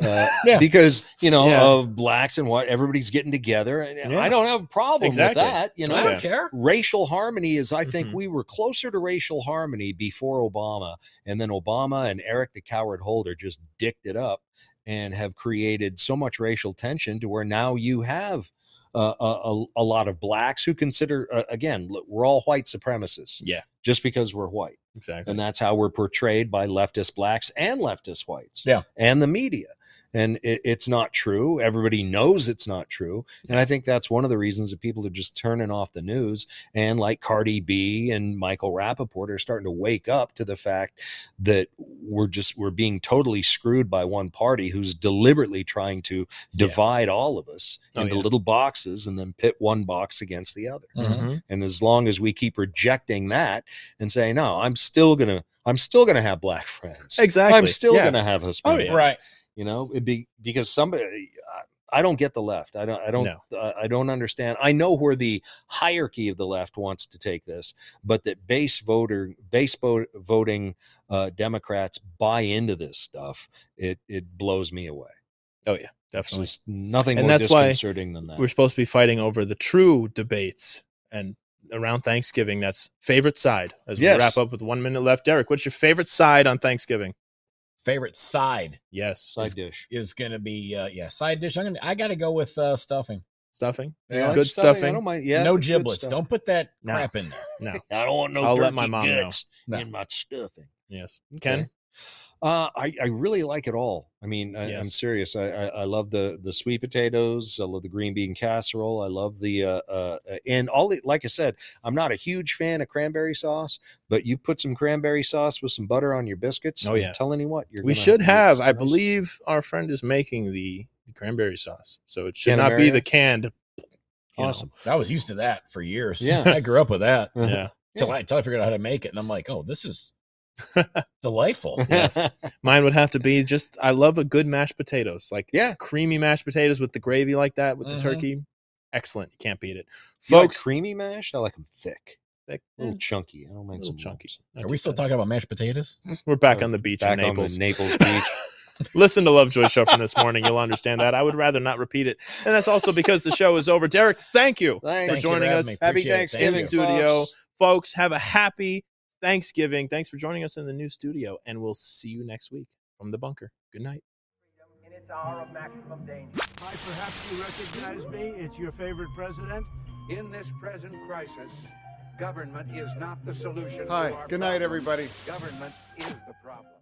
S8: Uh,
S7: Yeah.
S8: Because you know
S7: Yeah.
S8: of blacks and what everybody's getting together, and
S7: Yeah.
S8: I don't have a problem
S7: Exactly.
S8: with that. You know,
S7: I don't
S6: care.
S8: racial harmony is i think
S1: Mhm.
S8: we were closer to racial harmony before obama and then obama and eric the coward holder just dicked it up and have created so much racial tension to where now you have uh, a, a, a lot of blacks who consider uh, again look, we're all white supremacists
S7: Yeah.
S8: just because we're white
S7: Exactly.
S8: and uh, that's how we're portrayed by leftist blacks and leftist whites
S7: Yeah.
S8: and the media and it, it's not true everybody knows it's not true and i think that's one of the reasons that people are just turning off the news and like cardi b and michael rappaport are starting to wake up to the fact that we're just we're being totally screwed by one party who's deliberately trying to divide all of us
S7: Oh,
S8: into
S7: yeah.
S8: little boxes and then pit one box against the other
S1: Mm-hmm.
S8: and as long as we keep rejecting that and say no i'm still gonna i'm still gonna have black friends
S1: Exactly.
S8: i'm still
S1: Yeah.
S8: gonna have
S7: Oh,
S8: hispanic
S7: yeah. Right.
S8: you know it be because somebody I- i don't get the left i don't i don't I, I don't understand i know where the hierarchy of the left wants to take this but that base voter base vo- voting uh democrats buy into this stuff it it blows me away
S1: Definitely.
S8: There's nothing
S1: And
S8: more
S1: that's why
S8: disconcerting than that
S1: we're supposed to be fighting over the true debates and around Thanksgiving. That's favorite side. As
S8: Yes.
S1: we wrap up with one minute left, Derek, what's your favorite side on Thanksgiving?
S7: Favorite side
S1: Yes,
S8: side dish
S7: is gonna be uh, yeah side dish. I'm gonna I gotta go with uh, stuffing.
S1: stuffing.
S7: Yeah.
S1: Good
S8: I
S1: stuffing.
S8: don't mind. Yeah,
S7: no
S8: good
S7: giblets.
S8: stuff.
S7: Don't put that
S1: No.
S7: crap in there.
S1: No.
S8: I don't want no
S1: I'll
S8: turkey
S1: let my mom know.
S8: guts
S7: No.
S8: in my stuffing.
S1: Yes. Ken.
S8: Uh, I, I really like it all. I mean, I, I'm
S1: Yes.
S8: serious. I, I, I love the the sweet potatoes. I love the green bean casserole. I love the uh, uh uh, and all. The, like I said, I'm not a huge fan of cranberry sauce, but you put some cranberry sauce with some butter on your biscuits.
S1: Oh,
S8: I'm
S1: yeah.
S8: telling you what, you're
S1: We
S8: gonna
S1: should
S8: eat
S1: have,
S8: some
S1: I
S8: nice-
S1: believe our friend is making the, the cranberry sauce. So it should
S8: Can I
S1: not
S8: marry
S1: be
S8: you?
S1: the canned. you know.
S8: Awesome.
S7: I was used to that for years.
S8: Yeah.
S7: I grew up with that
S1: Yeah.
S7: until I, till I figured out how to make it, and I'm like, oh, this is delightful.
S1: Yes. Mine would have to be just, I love a good mashed potatoes, like
S8: yeah.
S1: creamy mashed potatoes with the gravy like that, with
S7: Mhm.
S1: the turkey. Excellent. You can't beat it.
S8: You like
S1: Folks,
S8: creamy mashed. I like them thick,
S1: Thick.
S8: a little chunky. I don't mind
S1: little
S8: some
S1: chunky.
S8: lumps.
S1: I
S7: Are we
S1: get
S7: still
S1: that.
S7: talking about mashed potatoes?
S1: We're back
S8: Oh,
S1: on the beach
S8: Back
S1: in Naples.
S8: on the Naples beach.
S1: Listen to Lovejoy Show from this morning. You'll understand that. I would rather not repeat it. And that's also because the show is over. Derek, thank you
S8: Thanks.
S1: for joining
S7: having
S1: us
S7: me. Appreciate
S8: Happy
S7: it. Thank
S1: in the
S7: you.
S8: Thanksgiving,
S1: studio.
S8: folks.
S1: Folks, have a happy Thanksgiving. Thanks for joining us in the new studio. And we'll see you next week from the bunker. Good night.
S3: In its hour of maximum danger.
S4: Hi, perhaps you recognize me. It's your favorite president.
S5: In this present crisis, government is not the solution. to
S10: Hi,
S5: our
S10: good night,
S5: problem.
S10: everybody.
S5: Government is the problem.